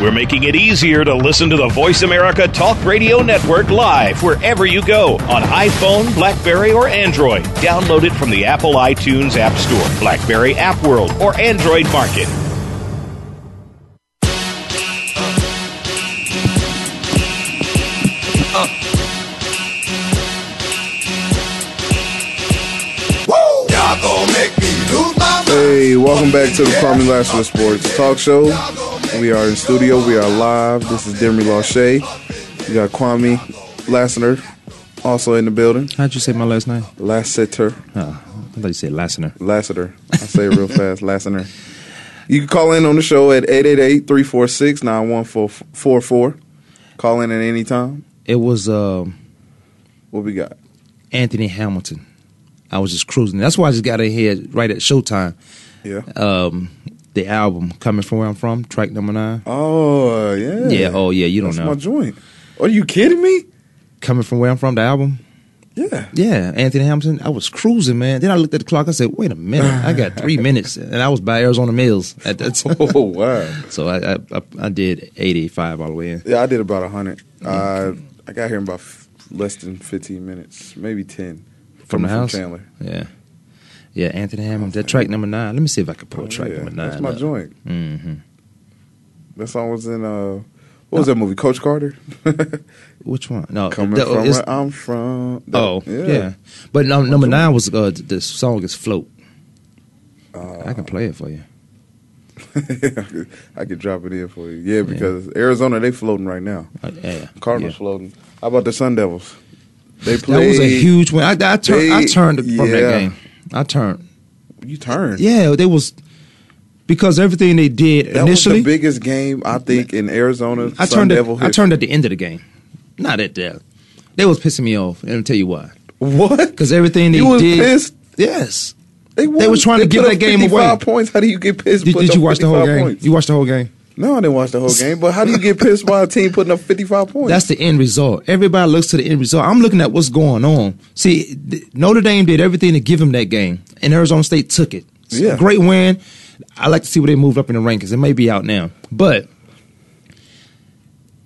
Speaker 2: We're making it easier to listen to the Voice America Talk Radio Network live wherever you go on iPhone, Blackberry, or Android. Download it from the Apple iTunes App Store, Blackberry App World, or Android Market.
Speaker 7: Y'all gon' make me lose my mind.
Speaker 3: Hey, welcome back to the Call Me Lashley Sports Talk Show. We are in studio. We are live. This is Demi Lachey. You got Kwame Lassiter also in the building.
Speaker 4: How'd you say my last name?
Speaker 3: Lassiter.
Speaker 4: Oh, I thought you said Lassner.
Speaker 3: Lassiter. I say it real fast. Lassiter. You can call in on the show at 888-346-9144. Call in at any time.
Speaker 4: It was um,
Speaker 3: What we got?
Speaker 4: Anthony Hamilton. I was just cruising. That's why I just got in here right at showtime.
Speaker 3: Yeah.
Speaker 4: Um, the album coming from where I'm from, track number nine.
Speaker 3: oh, yeah.
Speaker 4: Yeah. Oh yeah. You don't
Speaker 3: That's
Speaker 4: know.
Speaker 3: my joint. Are you kidding me?
Speaker 4: coming from where I'm from, the album.
Speaker 3: Yeah.
Speaker 4: Yeah, Anthony Hamilton. I was cruising, man. Then I looked at the clock. I said, "Wait a minute, I got three minutes," and I was by Arizona Mills at that time.
Speaker 3: Oh, wow.
Speaker 4: So I, I I- I did 85 all the way in.
Speaker 3: Yeah, I did about 100. Uh, I got here in about f- less than 15 minutes, maybe 10.
Speaker 4: From the
Speaker 3: Coming
Speaker 4: house?
Speaker 3: Chandler.
Speaker 4: Yeah, yeah. Anthony Hamilton. That track number nine. Let me see if I can pull track
Speaker 3: Oh, Yeah,
Speaker 4: number nine.
Speaker 3: That's my
Speaker 4: up.
Speaker 3: joint.
Speaker 4: Mhm.
Speaker 3: That song was in, uh, what was that movie? Coach Carter?
Speaker 4: Which one? No,
Speaker 3: Coming
Speaker 4: that-
Speaker 3: from
Speaker 4: Oh, it's-
Speaker 3: where I'm from. That-
Speaker 4: oh yeah. But no, number nine was uh, the song is float. I
Speaker 3: Uh,
Speaker 4: can play it for you.
Speaker 3: I could drop it in for you. Yeah, because Arizona, they floating right now.
Speaker 4: Uh, yeah,
Speaker 3: Cardinals
Speaker 4: yeah.
Speaker 3: floating. How about the Sun Devils? They played.
Speaker 4: That was a huge win. I, I turned. I
Speaker 3: they-
Speaker 4: turned from that
Speaker 3: yeah.
Speaker 4: game. I turned.
Speaker 3: You turn.
Speaker 4: Yeah, they was because everything they did
Speaker 3: That
Speaker 4: initially.
Speaker 3: was the biggest game I think in Arizona.
Speaker 4: I
Speaker 3: Sun
Speaker 4: turned. At,
Speaker 3: Devil
Speaker 4: I
Speaker 3: history.
Speaker 4: turned at the end of the game, not at the. They was pissing me off, and I'll tell you why.
Speaker 3: What?
Speaker 4: Because everything they
Speaker 3: You was
Speaker 4: did.
Speaker 3: pissed?
Speaker 4: Yes.
Speaker 3: won.
Speaker 4: They was trying to
Speaker 3: They
Speaker 4: give
Speaker 3: put
Speaker 4: that
Speaker 3: up
Speaker 4: game
Speaker 3: 55
Speaker 4: away.
Speaker 3: Points. How do you get pissed?
Speaker 4: Did,
Speaker 3: putting
Speaker 4: did you
Speaker 3: up
Speaker 4: watch the whole
Speaker 3: 55
Speaker 4: game?
Speaker 3: points?
Speaker 4: You watched the whole game.
Speaker 3: no, I didn't watch the whole game. But how do you get pissed by a team putting up fifty five points?
Speaker 4: That's the end result. Everybody looks to the end result. I'm looking at what's going on. See, th- Notre Dame did everything to give him that game, and Arizona State took it. It's a
Speaker 3: Yeah.
Speaker 4: great win. I like to see where they moved up in the rankings. It may be out now, but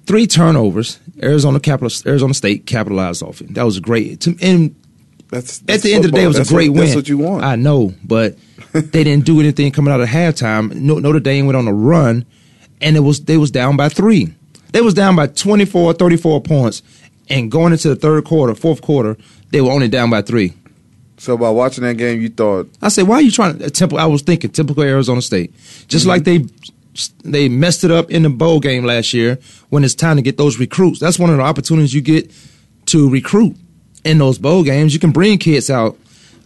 Speaker 4: three turnovers. Arizona capital, Arizona State capitalized off it. That was great. To- And
Speaker 3: that's, that's
Speaker 4: at the end of the day, it was
Speaker 3: football.
Speaker 4: a
Speaker 3: that's
Speaker 4: great
Speaker 3: what,
Speaker 4: win.
Speaker 3: That's what you want.
Speaker 4: I know, but they didn't do anything coming out of halftime. No, Notre Dame went on a run, and it was they was down by three. They was down by 24, 34 points, and going into the third quarter, fourth quarter, they were only down by three.
Speaker 3: so by watching that game, you thought
Speaker 4: I said, "Why are you trying to Uh, temple?" I was thinking typical Arizona State, just like they they messed it up in the bowl game last year when it's time to get those recruits. That's one of the opportunities you get to recruit in those bowl games. You can bring kids out.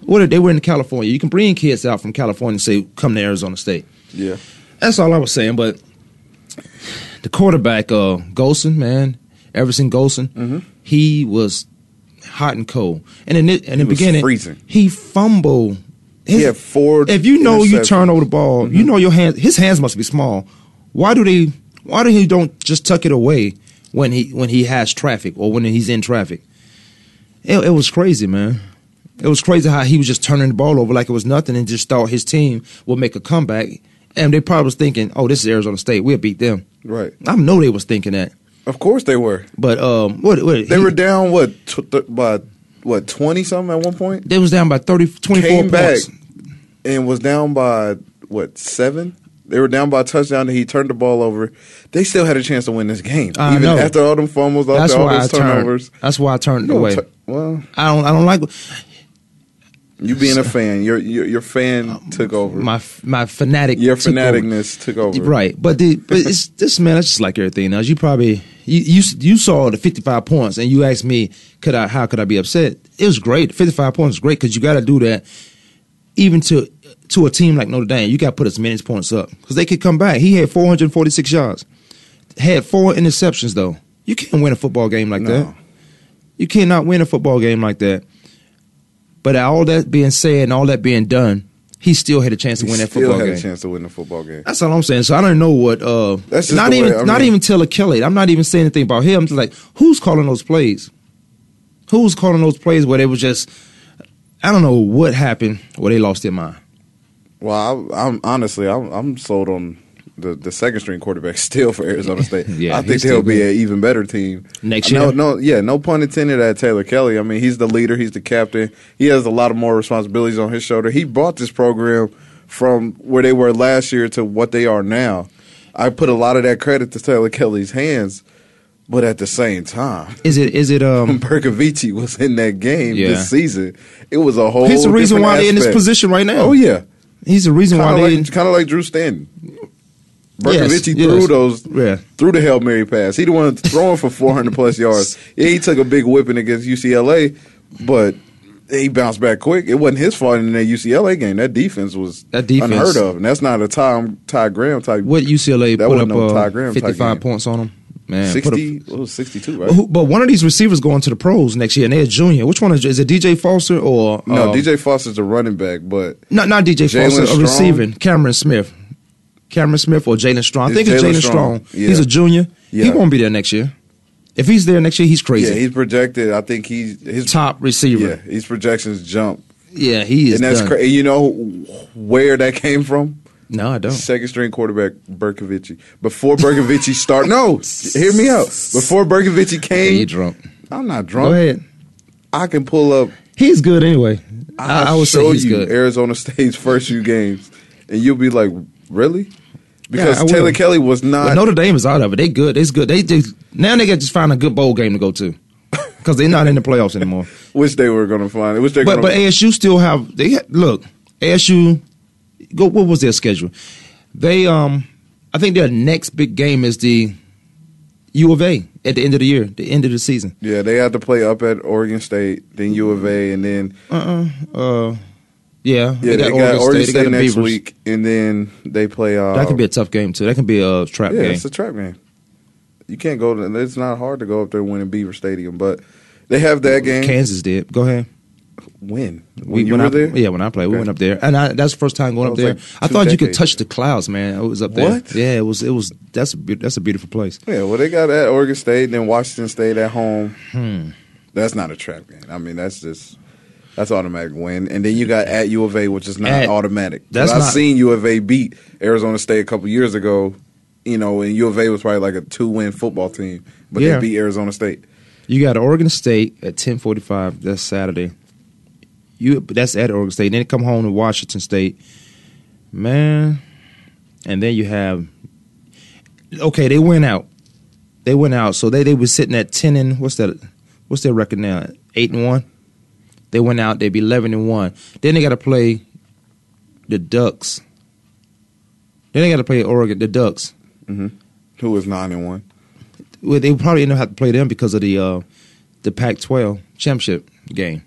Speaker 4: What if they were in California? You can bring kids out from California and say, "Come to Arizona State."
Speaker 3: yeah.
Speaker 4: That's all I was saying. But the quarterback, uh, Golson, man, Everson Golson,
Speaker 3: Mm-hmm.
Speaker 4: he was hot and cold. And in the, in the
Speaker 3: was
Speaker 4: beginning,
Speaker 3: freezing.
Speaker 4: he fumbled. His,
Speaker 3: He had four
Speaker 4: If you know you
Speaker 3: interceptions. Mm-hmm.
Speaker 4: turn over the ball, you know your hands. His hands must be small. Why do they? Why do he don't just tuck it away when he when he has traffic or when he's in traffic? It, it was crazy, man. It was crazy how he was just turning the ball over like it was nothing and just thought his team would make a comeback. And they probably was thinking, oh, this is Arizona State. We'll beat them.
Speaker 3: Right.
Speaker 4: I know they was thinking that.
Speaker 3: Of course they were.
Speaker 4: But um, what, what
Speaker 3: They
Speaker 4: he-
Speaker 3: were down what tw- th- by what twenty something at one point.
Speaker 4: They was down by 30, 24
Speaker 3: Came back
Speaker 4: points.
Speaker 3: and was down by what seven. They were down by a touchdown. And he turned the ball over. They still had a chance to win this game,
Speaker 4: I
Speaker 3: even
Speaker 4: know.
Speaker 3: after all them fumbles,
Speaker 4: That's
Speaker 3: after all
Speaker 4: why I
Speaker 3: those turnovers.
Speaker 4: turned. That's why I turned
Speaker 3: You don't
Speaker 4: away.
Speaker 3: tu- well,
Speaker 4: I don't. I don't like
Speaker 3: you being a fan, your your, your fan took over.
Speaker 4: Oh, my my fanatic.
Speaker 3: your
Speaker 4: took over.
Speaker 3: fanaticness took over.
Speaker 4: Right, but the, but it's this man. It's just like everything else. You probably you you, you saw the fifty five points, and you asked me, could I? How could I be upset? It was great. Fifty five points is great because you got to do that. Even to to a team like Notre Dame, you got to put as many points up because they could come back. He had four hundred forty six yards, had four interceptions though. You can't win a football game like
Speaker 3: No.
Speaker 4: that. You cannot win a football game like that. But all that being said and all that being done, he still had a chance to
Speaker 3: He
Speaker 4: win that
Speaker 3: still
Speaker 4: football
Speaker 3: had
Speaker 4: game.
Speaker 3: a chance to win the football game.
Speaker 4: That's all I'm saying. So I don't know what. Uh,
Speaker 3: That's just
Speaker 4: not
Speaker 3: the way-
Speaker 4: even
Speaker 3: I
Speaker 4: not
Speaker 3: mean-
Speaker 4: even Taylor Kelly. I'm not even saying anything about him. I'm just like, who's calling those plays? Who's calling those plays where they was just? I don't know what happened where they lost their mind.
Speaker 3: Well, I, I'm honestly, I'm, I'm sold on the, the second string quarterback still for Arizona State.
Speaker 4: Yeah,
Speaker 3: I
Speaker 4: he's
Speaker 3: think
Speaker 4: still
Speaker 3: they'll be
Speaker 4: good.
Speaker 3: an even better team
Speaker 4: Next
Speaker 3: No,
Speaker 4: year?
Speaker 3: no, yeah, no pun intended at Taylor Kelly. I mean, he's the leader, he's the captain. He has a lot of more responsibilities on his shoulder. He brought this program from where they were last year to what they are now. I put a lot of that credit to Taylor Kelly's hands, but at the same time.
Speaker 4: Is it is it um?
Speaker 3: Perkovici was in that game
Speaker 4: Yeah.
Speaker 3: this season. It was a whole.
Speaker 4: Here's the reason
Speaker 3: different
Speaker 4: why they're in this
Speaker 3: aspect.
Speaker 4: position right now.
Speaker 3: Oh yeah,
Speaker 4: He's the reason
Speaker 3: Kind
Speaker 4: why
Speaker 3: of
Speaker 4: they
Speaker 3: like,
Speaker 4: didn't.
Speaker 3: kinda like Drew Stanton.
Speaker 4: Yes,
Speaker 3: Berkovich, he
Speaker 4: yes.
Speaker 3: threw those,
Speaker 4: Yeah.
Speaker 3: threw the hail mary pass. He the one throwing for four hundred plus yards. Yeah, he took a big whipping against UCLA, but he bounced back quick. It wasn't his fault in that UCLA game. That defense was
Speaker 4: That defense-
Speaker 3: unheard of, and that's not a Tom Ty Graham type.
Speaker 4: What UCLA
Speaker 3: That
Speaker 4: put
Speaker 3: wasn't
Speaker 4: up
Speaker 3: no Ty Graham
Speaker 4: uh,
Speaker 3: type
Speaker 4: 55
Speaker 3: game.
Speaker 4: points on them? Man, put up-
Speaker 3: sixty? What was sixty-two? Right?
Speaker 4: Who- but one of these receivers going to the pros next year, and they're junior. Which one is, is it? DJ Foster or
Speaker 3: No,
Speaker 4: uh,
Speaker 3: DJ Foster's a running back, but
Speaker 4: Not not DJ
Speaker 3: Jalen
Speaker 4: Foster.
Speaker 3: Strong?
Speaker 4: A receiving Cameron Smith, Cameron Smith or Jalen Strong. I
Speaker 3: It's
Speaker 4: think it's
Speaker 3: Jalen
Speaker 4: Jalen
Speaker 3: Strong.
Speaker 4: Strong.
Speaker 3: Yeah.
Speaker 4: He's a junior. He
Speaker 3: Yeah.
Speaker 4: won't be there next year. If he's there next year, he's crazy.
Speaker 3: yeah, he's projected. I think he's his
Speaker 4: top
Speaker 3: Yeah,
Speaker 4: receiver.
Speaker 3: his projections jump,
Speaker 4: Yeah, he is.
Speaker 3: and that's
Speaker 4: done.
Speaker 3: crazy. You know where that came from?
Speaker 4: No, I don't.
Speaker 3: Second string quarterback Berkovici. Before Berkovici start, no, hear me out. Before Berkovici
Speaker 4: Yeah, you
Speaker 3: came,
Speaker 4: drunk.
Speaker 3: I'm not drunk.
Speaker 4: Go ahead.
Speaker 3: I can pull up.
Speaker 4: He's good anyway. I, I
Speaker 3: I'll
Speaker 4: would say
Speaker 3: show
Speaker 4: he's
Speaker 3: you
Speaker 4: good.
Speaker 3: Arizona State's first few games, and you'll be like, really? Because
Speaker 4: I will.
Speaker 3: Taylor Kelly was
Speaker 4: But
Speaker 3: not.
Speaker 4: Notre Dame is out of it. They good. It's good. They, they now they got to just find a good bowl game to go to because they're not in the playoffs anymore.
Speaker 3: wish they were going to find. Wish they
Speaker 4: But
Speaker 3: gonna,
Speaker 4: but ASU still have they ha- look ASU. Go. What was their schedule? They um, I think their next big game is the U of A at the end of the year, the end of the season.
Speaker 3: yeah, they had to play up at Oregon State, then U of A, and then
Speaker 4: Uh, yeah,
Speaker 3: yeah, they, got Oregon State,
Speaker 4: the
Speaker 3: next
Speaker 4: Beavers.
Speaker 3: week, and then they play. Uh,
Speaker 4: That could be a tough game too. That can be a trap
Speaker 3: Yeah,
Speaker 4: game.
Speaker 3: it's a trap game. You can't go to. It's not hard to go up there and win in Beaver Stadium, but they have that game.
Speaker 4: Kansas did. Go ahead.
Speaker 3: win when you
Speaker 4: when
Speaker 3: were
Speaker 4: I,
Speaker 3: there.
Speaker 4: Yeah, when I played, we
Speaker 3: Okay.
Speaker 4: went up there, and I, that's the first time going
Speaker 3: That
Speaker 4: up
Speaker 3: was
Speaker 4: there.
Speaker 3: like
Speaker 4: I
Speaker 3: two
Speaker 4: thought you could
Speaker 3: decades
Speaker 4: touch the clouds, man. It was up there.
Speaker 3: What?
Speaker 4: Yeah, it was. It was. That's a beau- that's a beautiful place.
Speaker 3: Yeah, well, they got at Oregon State and then Washington State at home.
Speaker 4: Hmm.
Speaker 3: That's not a trap game. I mean, that's just that's automatic win. And then you got at U of A, which is not
Speaker 4: At-
Speaker 3: automatic. 'Cause
Speaker 4: that's
Speaker 3: I've
Speaker 4: not-
Speaker 3: seen U of A beat Arizona State a couple years ago. You know, and U of A was probably like a two-win football team, but
Speaker 4: Yeah.
Speaker 3: they beat Arizona State.
Speaker 4: You got Oregon State at ten forty five. That's Saturday. You that's at Oregon State. Then come home to Washington State, man. And then you have okay. They went out. They went out. So they they were sitting at ten and what's that? What's their record now? Eight and one. They went out. They'd be eleven and one. Then they got to play the Ducks. Then they got to play Oregon the Ducks.
Speaker 3: Who was nine and one?
Speaker 4: Well, they probably end up have to play them because of the uh, the Pac twelve championship game.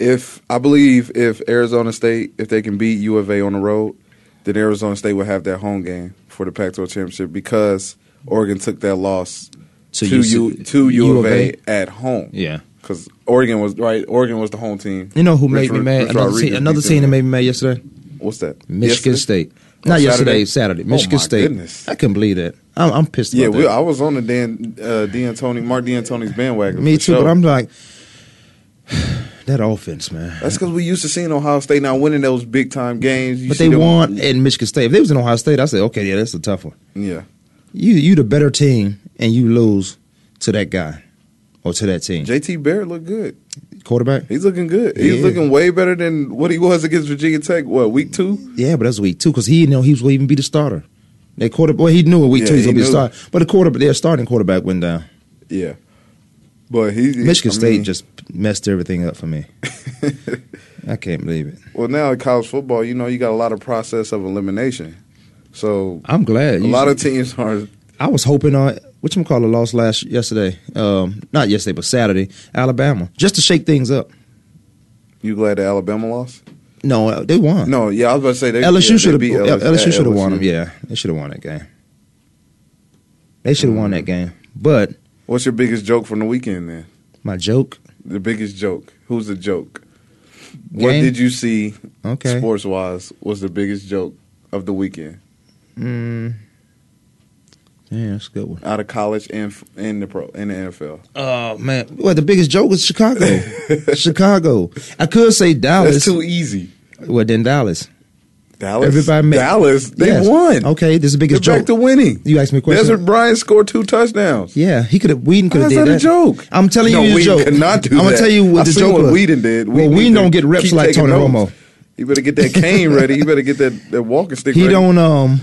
Speaker 3: If I believe if Arizona State if they can beat U of A on the road, then Arizona State will have that home game for the Pac-12 championship because Oregon took that loss
Speaker 4: To
Speaker 3: to, U,
Speaker 4: UC
Speaker 3: to U,
Speaker 4: U
Speaker 3: of
Speaker 4: of
Speaker 3: A
Speaker 4: A?
Speaker 3: at home.
Speaker 4: Yeah.
Speaker 3: because Oregon was right. Oregon was the home team.
Speaker 4: You know who made
Speaker 3: Rich-
Speaker 4: me mad?
Speaker 3: Rich
Speaker 4: another team,
Speaker 3: Rodriguez
Speaker 4: another
Speaker 3: beat
Speaker 4: team that
Speaker 3: them.
Speaker 4: made me mad yesterday?
Speaker 3: What's that?
Speaker 4: Michigan
Speaker 3: Yesterday?
Speaker 4: State.
Speaker 3: Oh,
Speaker 4: Not yesterday,
Speaker 3: Saturday?
Speaker 4: Saturday.
Speaker 3: Oh,
Speaker 4: Michigan
Speaker 3: my
Speaker 4: State.
Speaker 3: goodness.
Speaker 4: I couldn't believe that. I'm, I'm pissed
Speaker 3: Yeah,
Speaker 4: about
Speaker 3: we,
Speaker 4: that.
Speaker 3: I was on the Dan uh, D'Antoni Mark D'Antoni's bandwagon.
Speaker 4: Me
Speaker 3: for
Speaker 4: too,
Speaker 3: sure.
Speaker 4: but I'm like, that offense, man.
Speaker 3: That's because we used to seeing Ohio State not winning those big time games. You
Speaker 4: But
Speaker 3: see
Speaker 4: they
Speaker 3: them-
Speaker 4: won at Michigan State. If they was in Ohio State, I say, okay, yeah, that's a tough one.
Speaker 3: Yeah,
Speaker 4: You you the better team, and you lose to that guy or to that team.
Speaker 3: JT Barrett looked good.
Speaker 4: Quarterback.
Speaker 3: He's looking good. He's
Speaker 4: Yeah.
Speaker 3: looking way better than what he was against Virginia Tech. What week two?
Speaker 4: Yeah, but that's week two because he didn't know he was going to even be the starter. That quarterback, well, he knew in week
Speaker 3: Yeah,
Speaker 4: two he's
Speaker 3: he
Speaker 4: going to be the
Speaker 3: knew.
Speaker 4: starter, but the quarterback, their starting quarterback went down.
Speaker 3: Yeah, but he
Speaker 4: Michigan
Speaker 3: I
Speaker 4: State
Speaker 3: mean,
Speaker 4: just messed everything up for me. I can't believe it.
Speaker 3: well now in college football, you know, you got a lot of process of elimination. So
Speaker 4: I'm glad.
Speaker 3: a lot of teams are.
Speaker 4: I was hoping on which one called a loss last yesterday. Um, not yesterday, but Saturday, Alabama, just to shake things up.
Speaker 3: You glad that Alabama lost?
Speaker 4: No, uh, they won.
Speaker 3: No, yeah, I was about to say they
Speaker 4: LSU
Speaker 3: yeah, they
Speaker 4: should have.
Speaker 3: beat
Speaker 4: LSU
Speaker 3: at
Speaker 4: should have won them. Yeah, they should have won that game. They should have won
Speaker 3: Mm.
Speaker 4: that game. But
Speaker 3: What's your biggest joke from the weekend? Then
Speaker 4: my joke.
Speaker 3: the biggest joke. Who's the joke? What
Speaker 4: Game?
Speaker 3: did you see?
Speaker 4: Okay.
Speaker 3: Sports wise, was the biggest joke of the weekend
Speaker 4: Mm. Yeah, that's a good one.
Speaker 3: out of college and f- and the pro and the NFL. Uh,
Speaker 4: Oh man, well the biggest joke is Chicago. Chicago. I could say
Speaker 3: That's
Speaker 4: Dallas.
Speaker 3: too easy.
Speaker 4: well, then Dallas.
Speaker 3: Dallas.
Speaker 4: Everybody made-
Speaker 3: Dallas. They
Speaker 4: Yes.
Speaker 3: won.
Speaker 4: Okay, this is the
Speaker 3: They're
Speaker 4: biggest
Speaker 3: back
Speaker 4: joke.
Speaker 3: to winning.
Speaker 4: You asked me a question.
Speaker 3: Desert Bryant scored two touchdowns.
Speaker 4: yeah, he could have. Whedon could have
Speaker 3: How's
Speaker 4: did
Speaker 3: that a
Speaker 4: that.
Speaker 3: joke?
Speaker 4: I'm telling
Speaker 3: no,
Speaker 4: you,
Speaker 3: Whedon
Speaker 4: it's a joke.
Speaker 3: could not do
Speaker 4: I'm gonna
Speaker 3: that.
Speaker 4: tell you what
Speaker 3: I
Speaker 4: the
Speaker 3: seen
Speaker 4: joke
Speaker 3: what
Speaker 4: was.
Speaker 3: Whedon did.
Speaker 4: Well, Whedon
Speaker 3: need to
Speaker 4: don't get reps
Speaker 3: keep
Speaker 4: like
Speaker 3: taking
Speaker 4: Tony
Speaker 3: notes.
Speaker 4: Romo.
Speaker 3: You better get that cane ready. You better get that, that walking stick
Speaker 4: He
Speaker 3: ready.
Speaker 4: don't. Um,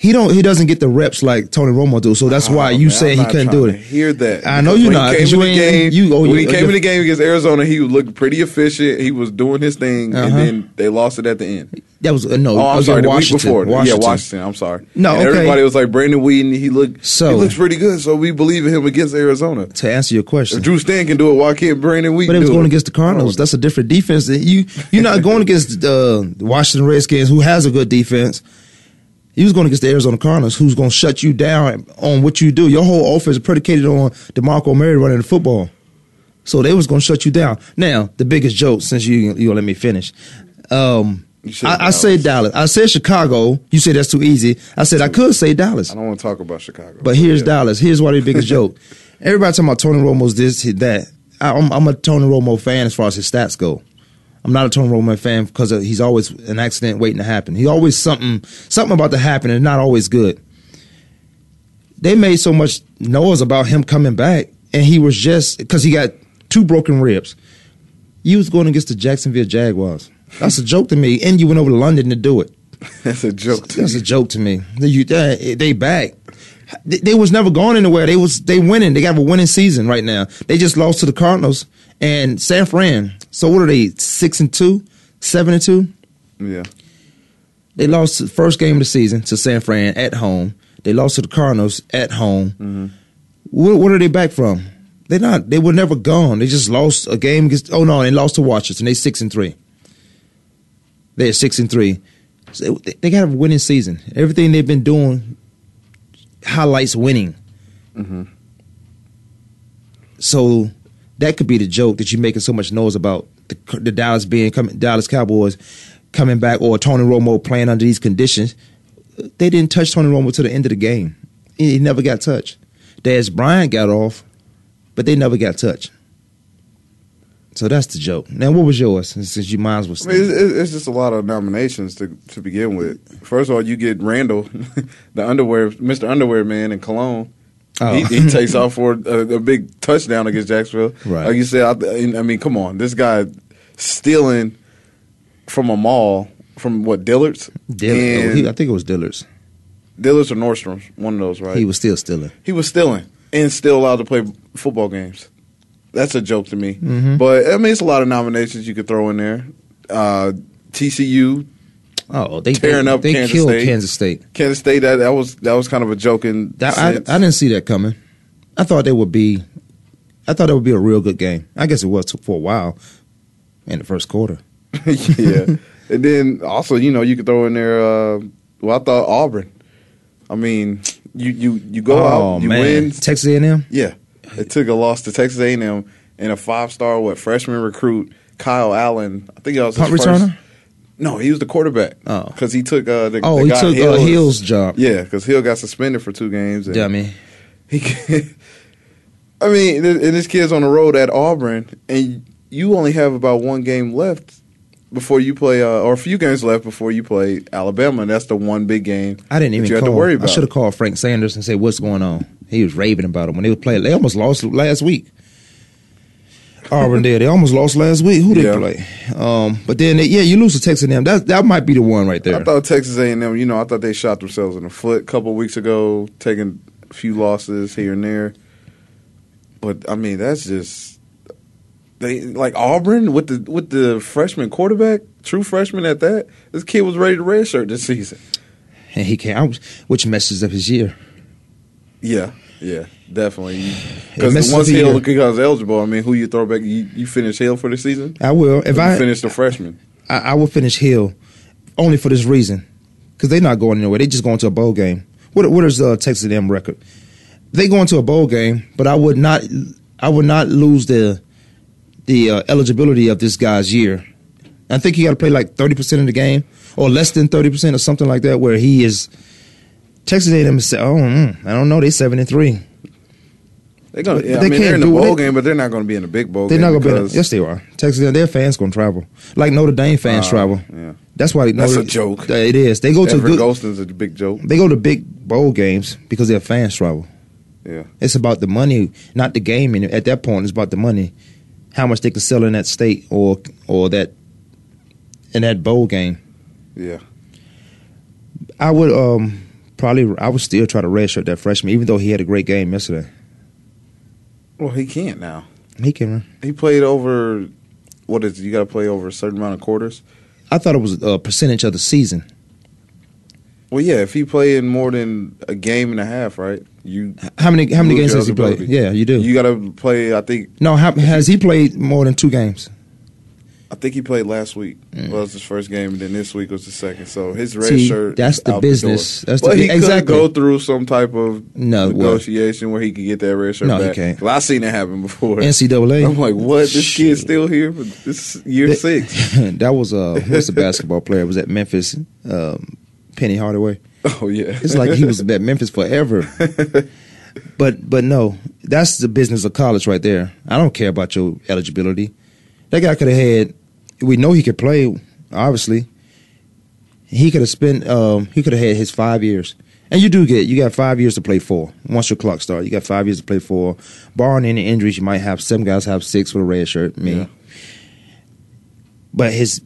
Speaker 4: he don't he doesn't get the reps like Tony Romo do. So that's why
Speaker 3: Oh,
Speaker 4: you
Speaker 3: man,
Speaker 4: saying
Speaker 3: I'm
Speaker 4: he
Speaker 3: not
Speaker 4: couldn't
Speaker 3: trying
Speaker 4: do it.
Speaker 3: to Hear that?
Speaker 4: I know
Speaker 3: Because
Speaker 4: you're
Speaker 3: when
Speaker 4: not,
Speaker 3: He
Speaker 4: 'cause
Speaker 3: came
Speaker 4: you
Speaker 3: in the
Speaker 4: ain't-
Speaker 3: game.
Speaker 4: you- oh,
Speaker 3: when he
Speaker 4: you-
Speaker 3: came
Speaker 4: you-
Speaker 3: in the game against Arizona, he was looking pretty efficient. He was doing his thing,
Speaker 4: Uh-huh.
Speaker 3: and then they lost it at the end.
Speaker 4: That was uh, no.
Speaker 3: Oh,
Speaker 4: that
Speaker 3: I'm
Speaker 4: was
Speaker 3: sorry.
Speaker 4: in
Speaker 3: The week
Speaker 4: Washington,
Speaker 3: before,
Speaker 4: Washington.
Speaker 3: yeah, Washington. I'm sorry.
Speaker 4: No,
Speaker 3: And
Speaker 4: okay.
Speaker 3: everybody was like Brandon Whedon. He looked,
Speaker 4: So-
Speaker 3: he looks pretty good. So we believe in him against Arizona.
Speaker 4: To answer your question,
Speaker 3: If Drew Stan can do it, why can't Brandon Whedon?
Speaker 4: But it was
Speaker 3: do Oh.
Speaker 4: going against the Cardinals. That's a different defense. That You you're not going against uh, the Washington Redskins, who has a good defense. He was going against the Arizona Cardinals, who's going to shut you down on what you do. Your whole offense is predicated on Demarco Murray running the football, so they was going to shut you down. Now the biggest joke, since you you gonna let me finish, um,
Speaker 3: You said
Speaker 4: I, I said Dallas. I said Chicago. You said that's too easy. I said I could say Dallas.
Speaker 3: I don't want to talk about Chicago.
Speaker 4: But here's
Speaker 3: yeah.
Speaker 4: Dallas. Here's why the biggest joke. Everybody talking about Tony Romo's this, he- that. I, I'm, I'm a Tony Romo fan as far as his stats go. I'm not a Tony Romo fan because he's always an accident waiting to happen. He always something something about to happen and not always good. They made so much noise about him coming back, and he was just because he got two broken ribs. You was going against the Jacksonville Jaguars. That's a joke to me, and you went over to London to do it.
Speaker 3: That's a joke.
Speaker 4: That's a joke to me. They, you, they, they back. They, they was never going anywhere. They was they winning. They got a winning season right now. They just lost to the Cardinals and San Fran. So what are they? Six and two, seven and two.
Speaker 3: yeah.
Speaker 4: They lost the first game of the season to San Fran at home. They lost to the Cardinals at home. What, what are they back from? They're not. They were never gone. They just lost a game against. Oh no, they lost to Washington. They six and three. They're six and three. So they, they got a winning season. Everything they've been doing highlights winning. So that could be the joke that you're making so much noise about the, the Dallas being coming, Dallas Cowboys coming back or Tony Romo playing under these conditions. They didn't touch Tony Romo to the end of the game. He, he never got touched. Dez Bryant got off, but they never got touched. So that's the joke. Now, what was yours? Since you might as well.
Speaker 3: I mean, it's, it's it's just a lot of nominations to to begin with. First of all, you get Randall, the underwear, Mr. Underwear Man in Cologne.
Speaker 4: Oh.
Speaker 3: He, he takes off for a, a big touchdown against Jacksonville.
Speaker 4: Right.
Speaker 3: Like you said, I, I mean, come on, this guy stealing from a mall from what Dillard's,
Speaker 4: Dillard,
Speaker 3: And
Speaker 4: oh, he- I think it was Dillard's.
Speaker 3: Dillard's or Nordstrom's, one of those, right?
Speaker 4: He was still stealing.
Speaker 3: He was stealing and still allowed to play football games. That's a joke to me.
Speaker 4: Mm-hmm.
Speaker 3: But I mean, it's a lot of nominations you could throw in there. Uh, TCU
Speaker 4: Oh, they
Speaker 3: Tearing
Speaker 4: they,
Speaker 3: up
Speaker 4: They
Speaker 3: Kansas
Speaker 4: killed
Speaker 3: State.
Speaker 4: Kansas State.
Speaker 3: Kansas State. That that was that was kind of a joke in
Speaker 4: That, I,
Speaker 3: sense.
Speaker 4: I didn't see that coming. I thought they would be. I thought it would be a real good game. I guess it was for a while in the first quarter.
Speaker 3: yeah, and then also you know you could throw in there. Uh, well, I thought Auburn. I mean, you you you go out, you win.
Speaker 4: Oh, Texas A&M.
Speaker 3: Yeah, it took a loss to Texas A and M and a five star what freshman recruit Kyle Allen. I think that was
Speaker 4: Punt
Speaker 3: his
Speaker 4: returner?
Speaker 3: First, no, he was the quarterback.
Speaker 4: Oh.
Speaker 3: because he took uh the,
Speaker 4: Oh,
Speaker 3: the
Speaker 4: he
Speaker 3: guy
Speaker 4: took uh,
Speaker 3: Hill-
Speaker 4: Hill's job.
Speaker 3: Yeah, because Hill got suspended for two games. and-
Speaker 4: Yeah, I mean,
Speaker 3: He can't. I mean, th- and this kid's on the road at Auburn, and you only have about one game left before you play, uh, or a few games left before you play Alabama, and that's the one big game.
Speaker 4: I didn't
Speaker 3: that
Speaker 4: even.
Speaker 3: you have
Speaker 4: call.
Speaker 3: to worry about.
Speaker 4: I should have called Frank Sanders and said, "What's going on?" He was raving about him when they were playing. They almost lost last week. Auburn did. They almost lost last week. Who did
Speaker 3: Yeah.
Speaker 4: play? Um, but then, they, yeah, you lose to Texas A&M. That that might be the one right there.
Speaker 3: I thought Texas A and M. You know, I thought they shot themselves in the foot a couple weeks ago, taking a few losses here and there. But I mean, that's just they like Auburn with the with the freshman quarterback, true freshman at that. This kid was ready to redshirt this season.
Speaker 4: and he can't, I was- which messes up his year.
Speaker 3: Yeah, yeah, definitely.
Speaker 4: It messes
Speaker 3: Because
Speaker 4: up
Speaker 3: once
Speaker 4: the
Speaker 3: Hill
Speaker 4: year.
Speaker 3: becomes eligible, I mean, who you throw back? You, you finish Hill for the season?
Speaker 4: I will. If
Speaker 3: Or you
Speaker 4: I
Speaker 3: finish the freshman.
Speaker 4: I, I will finish Hill only for this reason because they're not going anywhere. They just going to a bowl game. What what is uh, Texas A&M record? They going to a bowl game, but I would not I would not lose the the uh, eligibility of this guy's year. I think he got to play like thirty percent of the game or less than thirty percent or something like that, where he is. Texas A&M is oh mm, I don't know they seven and three.
Speaker 3: They're gonna.
Speaker 4: But
Speaker 3: Yeah,
Speaker 4: they
Speaker 3: I mean, they're
Speaker 4: can't
Speaker 3: in the
Speaker 4: do it.
Speaker 3: bowl
Speaker 4: They-
Speaker 3: game, but they're not going to be in the big bowl.
Speaker 4: They're not
Speaker 3: game
Speaker 4: gonna be. in-
Speaker 3: because-
Speaker 4: Yes, they are. Texas A&M, their fans gonna travel like Notre Dame fans
Speaker 3: Uh,
Speaker 4: travel.
Speaker 3: yeah.
Speaker 4: That's why they,
Speaker 3: That's a
Speaker 4: Notre-
Speaker 3: joke.
Speaker 4: It is. They go to
Speaker 3: Denver
Speaker 4: good.
Speaker 3: Golston's a big joke.
Speaker 4: they go to big bowl games because their fans travel.
Speaker 3: Yeah.
Speaker 4: It's about the money, not the game. And at that point, it's about the money, how much they can sell in that state or or that in that bowl game.
Speaker 3: Yeah.
Speaker 4: I would um, probably I would still try to redshirt that freshman, even though he had a great game yesterday.
Speaker 3: Well, he can't now.
Speaker 4: He can run.
Speaker 3: He played over. What is it? you got to play over a certain amount of quarters?
Speaker 4: I thought it was a percentage of the season.
Speaker 3: Well, yeah. If he played in more than a game and a half, right? You
Speaker 4: How many how many
Speaker 3: lose
Speaker 4: games
Speaker 3: your
Speaker 4: has he played?
Speaker 3: eligibility.
Speaker 4: Yeah, you do.
Speaker 3: You got to play. I think.
Speaker 4: no, how, has he played more than two games?
Speaker 3: I think he played last week. Well, it was his first game, and then this week was the second. So his red
Speaker 4: Mm. See,
Speaker 3: shirt.
Speaker 4: that's
Speaker 3: is
Speaker 4: the
Speaker 3: out
Speaker 4: business.
Speaker 3: The door.
Speaker 4: That's the-
Speaker 3: But he
Speaker 4: exactly.
Speaker 3: could go through some type of
Speaker 4: No, it wasn't.
Speaker 3: negotiation where he could get that red shirt
Speaker 4: No, he
Speaker 3: back.
Speaker 4: can't.
Speaker 3: Well, I seen that happen before.
Speaker 4: NCAA.
Speaker 3: I'm like, what? This kid's still here for this is year six.
Speaker 4: that was uh who was the basketball player? It was at Memphis, um, Penny Hardaway.
Speaker 3: Oh yeah.
Speaker 4: It's like he was at Memphis forever. But but no, that's the business of college right there. I don't care about your eligibility. That guy could have had. We know he could play. Obviously, he could have spent. Um, he could have had his five years. And you do get you got five years to play four. Once your clock starts, you got five years to play four. Barring any injuries, you might have some guys have six with a red shirt. Me,
Speaker 3: Yeah.
Speaker 4: but his,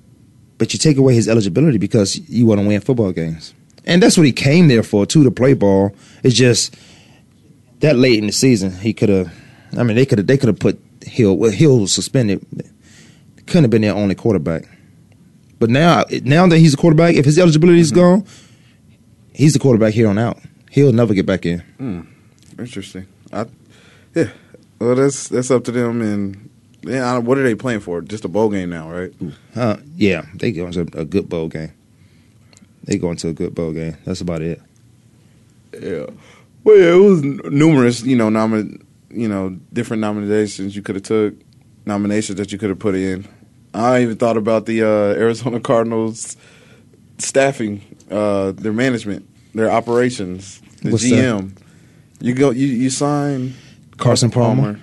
Speaker 4: but you take away his eligibility because you want to win football games, and that's what he came there for too to play ball. It's just that late in the season, he could have. I mean, they could have. They could have put Hill. Well, Hill was suspended. Couldn't have been their only quarterback. But now, now that he's a quarterback, if his eligibility is
Speaker 3: Mm-hmm.
Speaker 4: gone, he's the quarterback here on out. He'll never get back in.
Speaker 3: Interesting. I, yeah. Well, that's that's up to them. And yeah, I, don't- what are they playing for? Just a bowl game now, right?
Speaker 4: Uh, yeah, they go into a good bowl game. They go into a good bowl game. That's about it.
Speaker 3: Yeah. Well, yeah, it was n- numerous, you know, nomin- you know, different nominations you could have took, nominations that you could have put in. I even thought about the uh, Arizona Cardinals staffing, uh, their management, their operations, the
Speaker 4: What's that?
Speaker 3: GM. You go, you you sign
Speaker 4: Carson Palmer.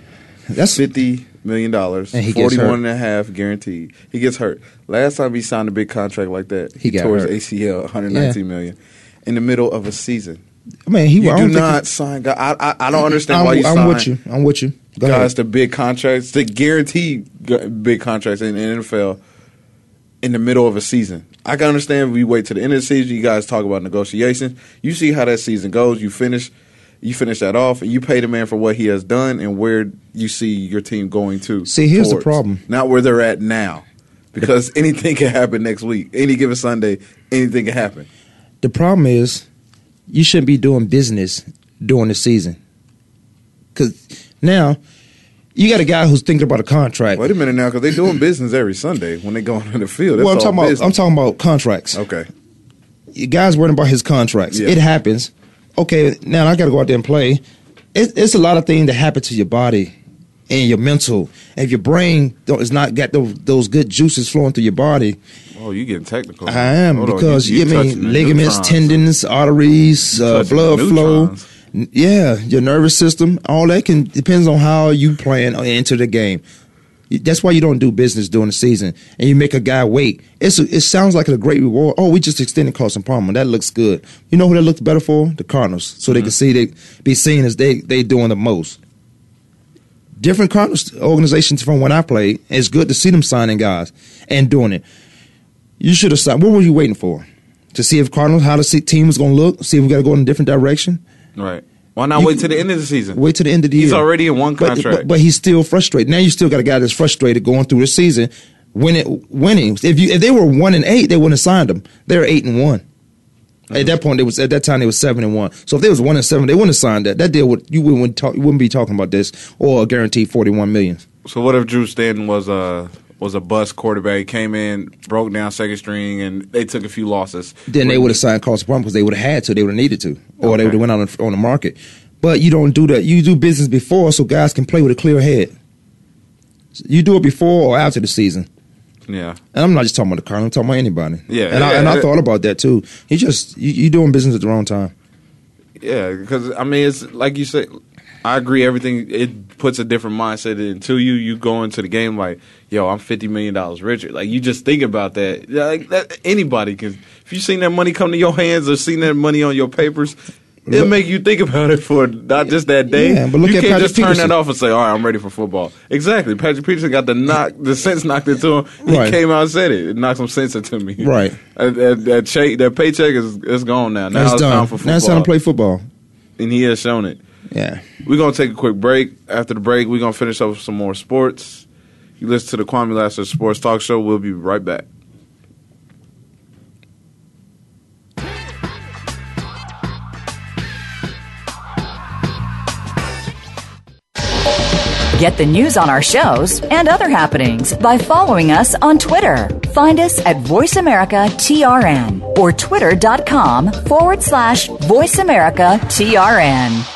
Speaker 3: That's
Speaker 4: That's
Speaker 3: fifty million dollars,
Speaker 4: And he gets hurt.
Speaker 3: forty-one and a half guaranteed. He gets hurt. Last time he signed a big contract like that,
Speaker 4: He got
Speaker 3: tore
Speaker 4: hurt.
Speaker 3: his ACL, one hundred nineteen million, in the middle of a season.
Speaker 4: I mean, he.
Speaker 3: You
Speaker 4: I
Speaker 3: do
Speaker 4: don't think-
Speaker 3: not sign. guy- I, I I don't understand
Speaker 4: I'm,
Speaker 3: why you
Speaker 4: I'm
Speaker 3: sign
Speaker 4: with you. I'm with you. Go
Speaker 3: guys
Speaker 4: ahead.
Speaker 3: to big contracts, to guarantee gu- big contracts in the NFL in the middle of a season. I can understand we wait to the end of the season. You guys talk about negotiations. You see how that season goes. You finish, you finish that off, and you pay the man for what he has done and where you see your team going to.
Speaker 4: See, here's the problem.
Speaker 3: not where they're at now, because anything can happen next week. Any given Sunday, anything can happen.
Speaker 4: The problem is, you shouldn't be doing business during the season. Because now, you got a guy who's thinking about a contract.
Speaker 3: Wait a minute now, because they're doing business every Sunday when they go on the field. That's
Speaker 4: well, I'm
Speaker 3: all
Speaker 4: talking about.
Speaker 3: business.
Speaker 4: I'm talking about contracts.
Speaker 3: Okay.
Speaker 4: The guy's worrying about his contracts.
Speaker 3: Yeah.
Speaker 4: It happens. Okay, now I got to go out there and play. It, it's a lot of things that happen to your body and your mental. And if your brain don't, is not got those, those good juices flowing through your body,
Speaker 3: Oh, you getting technical?
Speaker 4: I am
Speaker 3: Hold on,
Speaker 4: because
Speaker 3: you- you
Speaker 4: I
Speaker 3: touching the
Speaker 4: mean ligaments,
Speaker 3: neutrons.
Speaker 4: tendons, arteries, uh,
Speaker 3: touching
Speaker 4: blood
Speaker 3: the
Speaker 4: flow.
Speaker 3: neutrons.
Speaker 4: N- Yeah, your nervous system, all that can depends on how you plan or enter the game. You- That's why you don't do business during the season, and you make a guy wait. It's a, it sounds like a great reward. Oh, we just extended Carson Palmer. That looks good. You know who that looked better for? The Cardinals,
Speaker 3: Mm-hmm.
Speaker 4: so they can see they be seen as they they doing the most. Different Cardinals organizations from when I played. It's good to see them signing guys and doing it. You should have signed. What were you waiting for? To see if Cardinals how the se- team was going to look. See if we got to go in a different direction.
Speaker 3: Right. Why not
Speaker 4: You
Speaker 3: wait
Speaker 4: can-
Speaker 3: till the end of the season?
Speaker 4: Wait to the end of the
Speaker 3: He's
Speaker 4: year.
Speaker 3: already in one
Speaker 4: But-
Speaker 3: contract.
Speaker 4: but, but he's still frustrated. Now you still got a guy that's frustrated going through the season, winning. Winning. If you if they were one and eight, they wouldn't have signed him. They're eight and one. At that point, they was at that time they was seven and one. So if they was one and seven, they wouldn't have signed that. That deal would you wouldn't talk, you wouldn't be talking about this or a guaranteed forty one million.
Speaker 3: so what if Drew Stanton was a was a bust quarterback? Came in, broke down second string, and they took a few losses.
Speaker 4: then they would have signed Carson Palmer because they would have had to, they would have needed to, or they would have went out on, on the market. But you don't do that. You do business before, so guys can play with a clear head. You do it before or after the season.
Speaker 3: Yeah.
Speaker 4: And I'm not just talking about the Cardinals. I'm talking about anybody.
Speaker 3: Yeah,
Speaker 4: And I,
Speaker 3: yeah,
Speaker 4: and I
Speaker 3: yeah.
Speaker 4: thought about that too. You just you, you doing business at the wrong time.
Speaker 3: Yeah, because I mean, it's like you said. I agree. Everything it puts a different mindset into you. You go into the game like, yo, I'm fifty million dollars richer. Like you just think about that. Like that, anybody can. If you seen that money come to your hands or seen that money on your papers, It make you think about it for not just that day.
Speaker 4: Yeah, but look
Speaker 3: you
Speaker 4: at
Speaker 3: can't
Speaker 4: Patrick
Speaker 3: just turn
Speaker 4: Peterson.
Speaker 3: that off and say, "All right, I'm ready for football." Exactly. Patrick Peterson got the knock, the sense knocked into him. He
Speaker 4: Right.
Speaker 3: came out and said it. It knocked some sense into me.
Speaker 4: Right.
Speaker 3: That, that, that, check, that paycheck is is gone now. Now
Speaker 4: That's
Speaker 3: it's time
Speaker 4: done.
Speaker 3: for football.
Speaker 4: Now it's time to play football.
Speaker 3: And he has shown it.
Speaker 4: Yeah.
Speaker 3: We're gonna take a quick break. After the break, we're gonna finish up with some more sports. You listen to the Kwame Lasseter Sports Talk Show. We'll be right back.
Speaker 5: Get the news on our shows and other happenings by following us on Twitter. Find us at VoiceAmericaTRN or twitter.com forward slash VoiceAmericaTRN.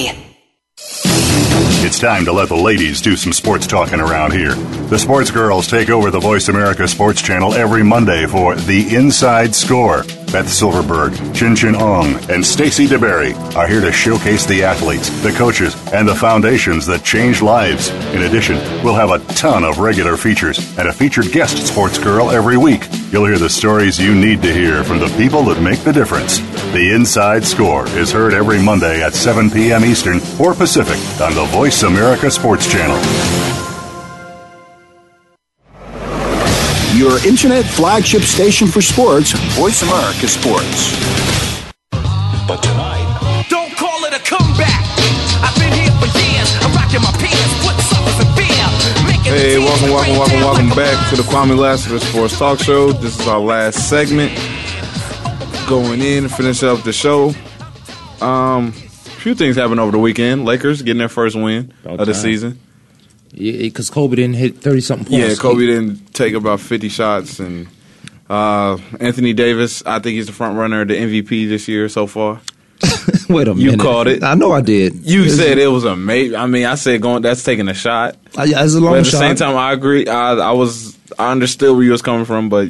Speaker 6: It's time to let the ladies do some sports talking around here. The Sports Girls take over the Voice America Sports Channel every Monday for The Inside Score. Beth Silverberg, Chin Chin Ong, and Stacy DeBerry are here to showcase the athletes, the coaches, and the foundations that change lives. In addition, we'll have a ton of regular features and a featured guest sports girl every week. You'll hear the stories you need to hear from the people that make the difference. The Inside Score is heard every Monday at 7 p.m. Eastern or Pacific on the Voice America Sports Channel.
Speaker 7: Your internet flagship station for sports, Voice America Sports. But tonight,
Speaker 8: Don't call it a comeback. I've been here for years. I'm rocking my pants, foot suckers and beer. Making
Speaker 3: Hey,
Speaker 8: the
Speaker 3: welcome,
Speaker 8: tears
Speaker 3: welcome,
Speaker 8: break
Speaker 3: welcome,
Speaker 8: down
Speaker 3: welcome
Speaker 8: like a-
Speaker 3: back to the Kwame Lasseter Sports Talk Show. This is our last segment. Going in, finish up the show. Um, a few things happened over the weekend. Lakers getting their first win
Speaker 4: About
Speaker 3: of the
Speaker 4: time.
Speaker 3: season.
Speaker 4: Because Kobe didn't hit 30 something points.
Speaker 3: Yeah, Kobe didn't take about fifty shots, and uh, Anthony Davis. I think he's the front runner, of the MVP this year so far.
Speaker 4: Wait a
Speaker 3: You
Speaker 4: minute.
Speaker 3: called it.
Speaker 4: I know I did.
Speaker 3: You
Speaker 4: It's-
Speaker 3: said it was amazing. I mean, I said going. That's taking a shot.
Speaker 4: I, it's a long
Speaker 3: But at the
Speaker 4: shot.
Speaker 3: same time, I agree. I, I was I understood where you was coming from, but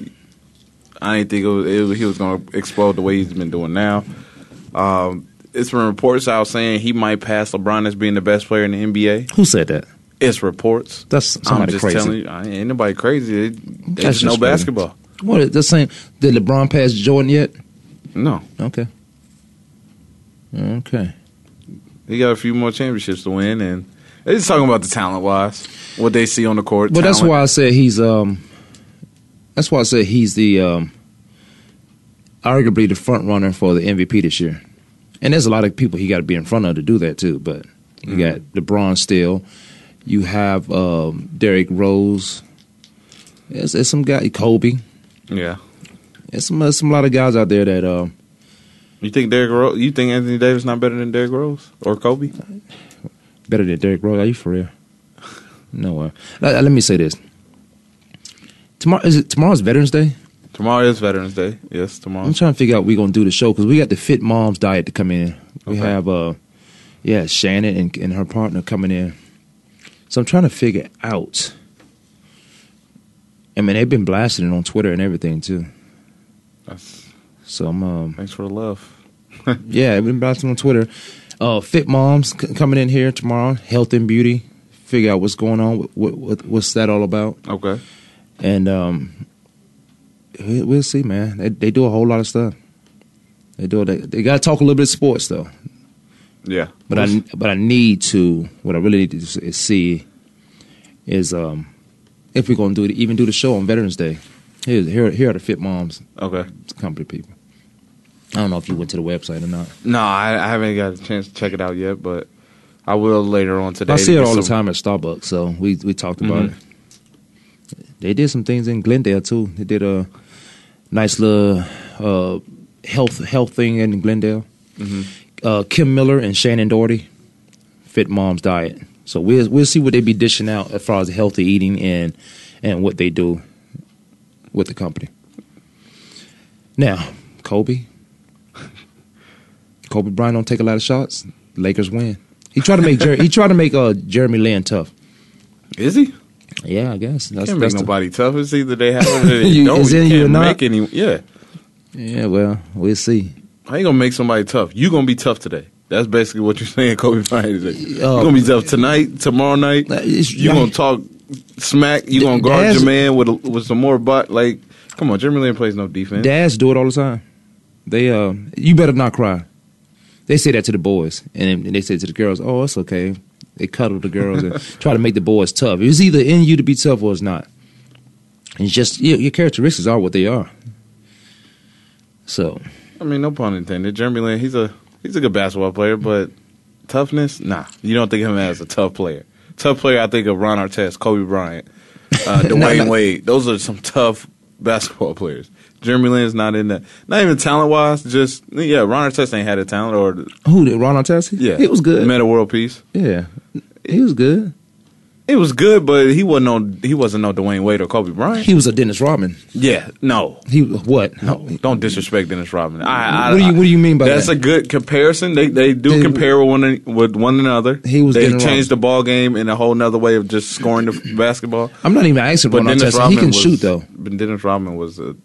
Speaker 3: I didn't think it was, it was, he was going to explode the way he's been doing now. Um, it's been reports out saying he might pass LeBron as being the best player in the NBA.
Speaker 4: Who said that?
Speaker 3: It's reports.
Speaker 4: That's
Speaker 3: I'm
Speaker 4: somebody
Speaker 3: just
Speaker 4: crazy.
Speaker 3: telling you, I ain't nobody crazy. It,
Speaker 4: That's
Speaker 3: there's no
Speaker 4: just crazy.
Speaker 3: basketball.
Speaker 4: What the same? Did LeBron pass Jordan yet?
Speaker 3: No,
Speaker 4: Okay. Okay.
Speaker 3: he got a few more championships to win, and they're just talking about the talent wise, what they see on the court.
Speaker 4: But that's
Speaker 3: talent.
Speaker 4: why I said he's um. That's why I said he's the um. Arguably the front runner for the MVP this year, and there's a lot of people he got to be in front of to do that too. But you got LeBron still, you have um, Derrick Rose, there's, there's some guy Kobe,
Speaker 3: Yeah,
Speaker 4: there's some there's some lot of guys out there that um.
Speaker 3: you think Derrick Rose? You think Anthony Davis not better than Derrick Rose or Kobe?
Speaker 4: better than Derrick Rose. Are you for real? No way. Let, let me say this. Tomorrow is it tomorrow's Veterans Day?
Speaker 3: Tomorrow is Veterans Day. Yes, tomorrow.
Speaker 4: I'm trying to figure out we're gonna do the show because we got the Fit Moms Diet to come in. We
Speaker 3: Okay.
Speaker 4: have uh, yeah, Shannon and, and her partner coming in. So I'm trying to figure out. I mean, they've been blasting it on Twitter and everything too.
Speaker 3: That's-
Speaker 4: So I'm um,
Speaker 3: Thanks for the love.
Speaker 4: Yeah, I've been bouncing on Twitter. Uh, Fit Moms c- coming in here tomorrow. Health and beauty. Figure out what's going on. What, what what's that all about?
Speaker 3: Okay.
Speaker 4: And um, we, we'll see, man. They they do a whole lot of stuff. They do. They, they got to talk a little bit of sports though.
Speaker 3: Yeah.
Speaker 4: But I but I need to. What I really need to s- is see is um if we're gonna do it, even do the show on Veterans Day. Here here here are the Fit Moms
Speaker 3: okay.
Speaker 4: company people. I don't know if you went to the website or not.
Speaker 3: No, I, I haven't got a chance to check it out yet, but I will later on today.
Speaker 4: I see it
Speaker 3: Get
Speaker 4: all Mm-hmm. the
Speaker 3: some-
Speaker 4: time at Starbucks. So we we talked about it. They did some things in Glendale too. They did a nice little uh, health health thing in Glendale. Uh, Kim Miller and Shannon Doherty, Fit Mom's Diet. So we'll we'll see what they be dishing out as far as healthy eating and and what they do with the company. Now, Kobe. Kobe Bryant don't take a lot of shots. Lakers win. He tried to make Jer- he tried to make uh, Jeremy Lin tough.
Speaker 3: Is he?
Speaker 4: Yeah, I guess that's,
Speaker 3: can't make
Speaker 4: that's the-
Speaker 3: nobody tough. It's either they have it or they
Speaker 4: You-
Speaker 3: don't.
Speaker 4: is
Speaker 3: you
Speaker 4: it
Speaker 3: can't
Speaker 4: you or not?
Speaker 3: make any. Yeah,
Speaker 4: Yeah, well, we'll see.
Speaker 3: how you gonna make somebody tough? You gonna be tough today. That's basically what you're saying, Kobe Bryant. Is you
Speaker 4: Uh,
Speaker 3: gonna be tough tonight, tomorrow night.
Speaker 4: Uh, it's-
Speaker 3: You gonna talk smack. You gonna guard
Speaker 4: Daz-
Speaker 3: your man with a, with some more butt. Like, come on, Jeremy Lin plays no defense.
Speaker 4: Dads do it all the time. They uh, you better not cry. They say that to the boys, and, and they say to the girls, "Oh, it's okay." They cuddle the girls and try to make the boys tough. It's either in you to be tough or it's not. And it's just your, your characteristics are what they are. So
Speaker 3: I mean, no pun intended. Jeremy Lin, he's a he's a good basketball player, but toughness, nah. You don't think of him as a tough player. Tough player, I think of Ron Artest, Kobe Bryant, uh, Dwayne Wade. Those are some tough basketball players. Jeremy Lin's not in that. Not even talent wise. Just yeah, Ron Artest ain't had a talent or
Speaker 4: who did Ron Artest?
Speaker 3: yeah,
Speaker 4: he was good.
Speaker 3: Made a world peace.
Speaker 4: Yeah, he was good.
Speaker 3: It was good, but he wasn't on. He wasn't no Dwayne Wade or Kobe Bryant.
Speaker 4: He was a Dennis Rodman.
Speaker 3: yeah, no,
Speaker 4: He what?
Speaker 3: No, don't disrespect Dennis Rodman. I, I,
Speaker 4: What do you- what do you mean by
Speaker 3: that's
Speaker 4: that?
Speaker 3: a good comparison. They they do
Speaker 4: They-
Speaker 3: compare with one with one another.
Speaker 4: He was
Speaker 3: they
Speaker 4: Dennis
Speaker 3: changed the ball game in a whole nother way of just scoring the basketball.
Speaker 4: I'm not even asking
Speaker 3: But
Speaker 4: Ron
Speaker 3: Dennis
Speaker 4: Artest.
Speaker 3: Rodman
Speaker 4: He can
Speaker 3: was, Oh,
Speaker 4: shoot though.
Speaker 3: But Dennis Rodman was a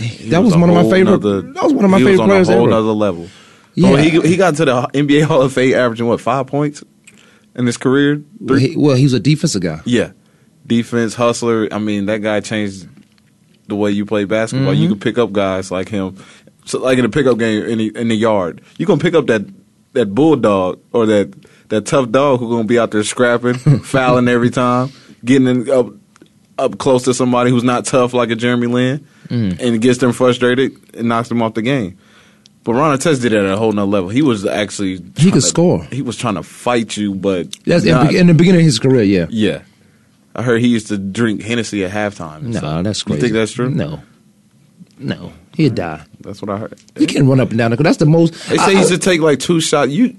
Speaker 3: he
Speaker 4: That was
Speaker 3: a
Speaker 4: one of my
Speaker 3: whole
Speaker 4: favorite-
Speaker 3: nother-
Speaker 4: that was one of my
Speaker 3: he
Speaker 4: favorite
Speaker 3: on
Speaker 4: players
Speaker 3: A whole
Speaker 4: ever.
Speaker 3: nother level.
Speaker 4: Yeah.
Speaker 3: Yeah, he he got to the NBA Hall of Fame averaging what five points in his career.
Speaker 4: Well, he, well, he was a defensive guy.
Speaker 3: Yeah. Defense, hustler. I mean, that guy changed the way you play basketball.
Speaker 4: Mm-hmm.
Speaker 3: You can pick up guys like him. So like in a pickup game in the, in the yard. You can pick up that that bulldog or that that tough dog who's going to be out there scrapping, fouling every time, getting in, up up close to somebody who's not tough like a Jeremy Lin
Speaker 4: Mm-hmm.
Speaker 3: and gets them frustrated and knocks them off the game. But Ron Artest did it at a whole nother level. He was actually
Speaker 4: He
Speaker 3: tryna-
Speaker 4: could score.
Speaker 3: He was trying to fight you, but
Speaker 4: That's in,
Speaker 3: not-
Speaker 4: be- in the beginning of his career. Yeah.
Speaker 3: yeah. I heard he used to drink Hennessy at halftime. and
Speaker 4: No,
Speaker 3: stuff.
Speaker 4: that's crazy.
Speaker 3: You think that's true?
Speaker 4: No, no, he'd die.
Speaker 3: That's what I heard.
Speaker 4: You can't run up and down. the court. That's the most.
Speaker 3: They say he used to take like two shots. You,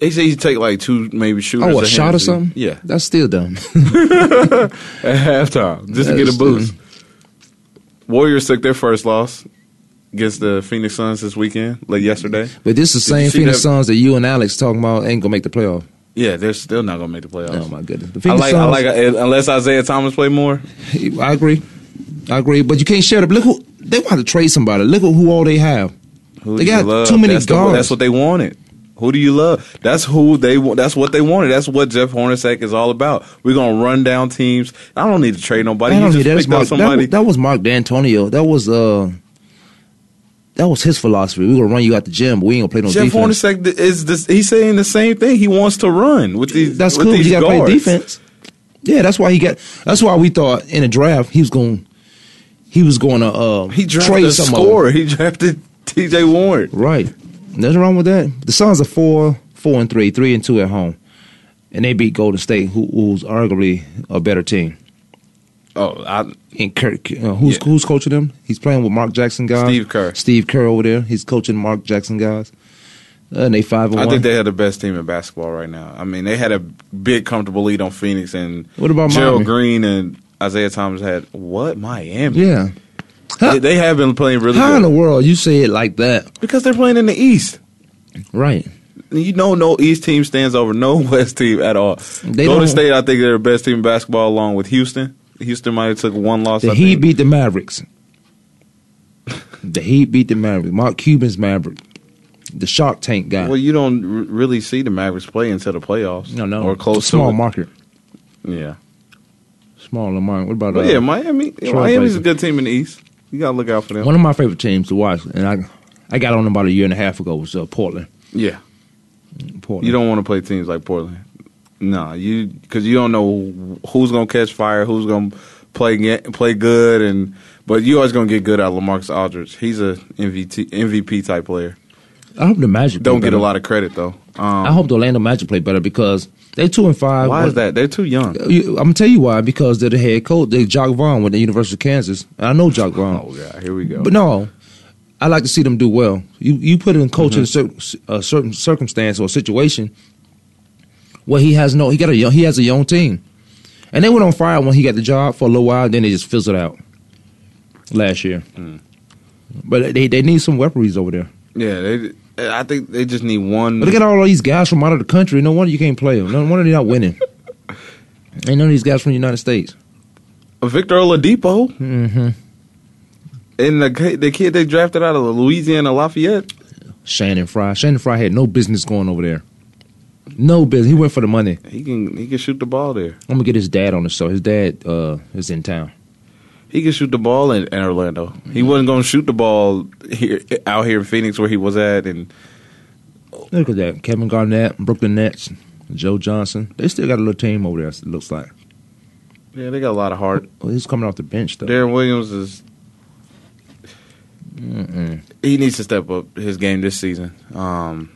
Speaker 3: they say he used to take like two maybe shooters.
Speaker 4: oh, a
Speaker 3: of
Speaker 4: shot or
Speaker 3: Hennessy.
Speaker 4: something.
Speaker 3: Yeah,
Speaker 4: that's still dumb.
Speaker 3: at halftime just to
Speaker 4: That's
Speaker 3: get a boost. Warriors took their first loss against the Phoenix Suns this weekend, like yesterday.
Speaker 4: but this is the
Speaker 3: Did you
Speaker 4: same
Speaker 3: see
Speaker 4: Phoenix
Speaker 3: that-
Speaker 4: Suns that you and Alex talking about ain't gonna make the playoff.
Speaker 3: Yeah, they're still not gonna make the playoffs.
Speaker 4: Oh my goodness, the
Speaker 3: I
Speaker 4: Phoenix
Speaker 3: like, I
Speaker 4: Suns.
Speaker 3: like, unless Isaiah Thomas play more.
Speaker 4: I agree, I agree. But you can't share the look. Who they want to trade somebody? Look at who all they have.
Speaker 3: Who
Speaker 4: They
Speaker 3: do you
Speaker 4: got
Speaker 3: love?
Speaker 4: too many
Speaker 3: that's the-
Speaker 4: guards.
Speaker 3: that's what they wanted. Who do you love? That's who they. wa- That's what they wanted. That's what Jeff Hornacek is all about. We're gonna run down teams. I don't need to trade nobody.
Speaker 4: That
Speaker 3: You
Speaker 4: don't-
Speaker 3: just
Speaker 4: that was
Speaker 3: picked
Speaker 4: Mark-
Speaker 3: up
Speaker 4: that
Speaker 3: somebody.
Speaker 4: was- That was Mark D'Antonio. That was uh, that was his philosophy. We're gonna run you out the gym, but we ain't gonna play no
Speaker 3: Jeff
Speaker 4: defense.
Speaker 3: Hornacek th- is this. He's saying the same thing. He wants to run with these.
Speaker 4: That's
Speaker 3: with
Speaker 4: cool.
Speaker 3: These
Speaker 4: You got to play
Speaker 3: guards.
Speaker 4: defense. Yeah, that's why he got. That's why we thought in the draft he was going. He was going to uh,
Speaker 3: He drafted
Speaker 4: trade
Speaker 3: a
Speaker 4: some
Speaker 3: scorer. He drafted T.J. Warren.
Speaker 4: Right. Nothing wrong with that. The Suns are four, four and three, three and two at home, and they beat Golden State, who, who's arguably a better team.
Speaker 3: Oh, I,
Speaker 4: And Kirk, uh, who's
Speaker 3: Yeah.
Speaker 4: who's coaching them? He's playing with Mark Jackson guys.
Speaker 3: Steve Kerr.
Speaker 4: Steve Kerr over there. He's coaching Mark Jackson guys. Uh, and they five and
Speaker 3: I
Speaker 4: one.
Speaker 3: think they had the best team in basketball right now. I mean, they had a big comfortable lead on Phoenix and
Speaker 4: What about
Speaker 3: Gerald
Speaker 4: Miami?
Speaker 3: Green and Isaiah Thomas had what Miami?
Speaker 4: yeah.
Speaker 3: They, they have been playing really
Speaker 4: How in
Speaker 3: good
Speaker 4: the world you say it like that?
Speaker 3: because they're playing in the East.
Speaker 4: Right.
Speaker 3: You know, no East team stands over no West team at all.
Speaker 4: They
Speaker 3: Golden
Speaker 4: don't-
Speaker 3: State, I think, they're the best team in basketball, along with Houston. Houston might have took one loss.
Speaker 4: The
Speaker 3: I
Speaker 4: Heat
Speaker 3: think.
Speaker 4: beat the Mavericks. The Heat beat the Mavericks. Mark Cuban's Maverick. The Shark Tank guy.
Speaker 3: Well, you don't r- really see the Mavericks play until the playoffs.
Speaker 4: no, no.
Speaker 3: or close
Speaker 4: Small
Speaker 3: to it.
Speaker 4: market.
Speaker 3: Yeah,
Speaker 4: Smaller market. What about
Speaker 3: but
Speaker 4: uh,
Speaker 3: yeah, Miami.
Speaker 4: Trail
Speaker 3: Miami's
Speaker 4: Blazers.
Speaker 3: a good team in the East. You gotta look out for them.
Speaker 4: One of my favorite teams to watch, and I, I got on about a year and a half ago was uh, Portland.
Speaker 3: yeah,
Speaker 4: Portland.
Speaker 3: you don't want to play teams like Portland. No, you because you don't know who's gonna catch fire, who's gonna play ga- play good, and but you always gonna get good out of Lamarcus Aldridge. He's a MVP MVP type player.
Speaker 4: I hope the Magic
Speaker 3: Don't
Speaker 4: play
Speaker 3: get a
Speaker 4: better.
Speaker 3: lot of credit though. Um,
Speaker 4: I hope the Orlando Magic play better because they're two and five.
Speaker 3: why is that? They're too young.
Speaker 4: You- I'm gonna tell you why. Because they're the head coach. They Jock Vaughn with the University of Kansas, and I know Jock Vaughn.
Speaker 3: Oh god, here we go.
Speaker 4: But no, I like to see them do well. You you put in coach in a
Speaker 3: Mm-hmm.
Speaker 4: certain, a certain circumstance or situation where he has no he got a young, he has a young team, and they went on fire when he got the job for a little while. Then they just fizzled out
Speaker 3: Mm.
Speaker 4: last year. But they they need some weaponries over there.
Speaker 3: yeah, they I think they just need one.
Speaker 4: But look at all these guys from out of the country. No wonder you can't play them. No wonder they're not winning. Ain't none of these guys from the United States.
Speaker 3: Victor Oladipo. Mm-hmm. And the ki- the kid they drafted out of Louisiana Lafayette.
Speaker 4: Shannon Fry. Shannon Fry had no business going over there. No business. He went for the money.
Speaker 3: He can he can shoot the ball there.
Speaker 4: I'm gonna get his dad on the show. His dad uh, is in town.
Speaker 3: He can shoot the ball in, in Orlando. He wasn't going to shoot the ball here out here in Phoenix where he was at, and
Speaker 4: Look at that. Kevin Garnett, Brooklyn Nets, Joe Johnson. They still got a little team over there. It looks like.
Speaker 3: yeah, they got a lot of heart.
Speaker 4: Well, he's coming off the bench though.
Speaker 3: Darren Williams is. He needs to step up his game this season. Um,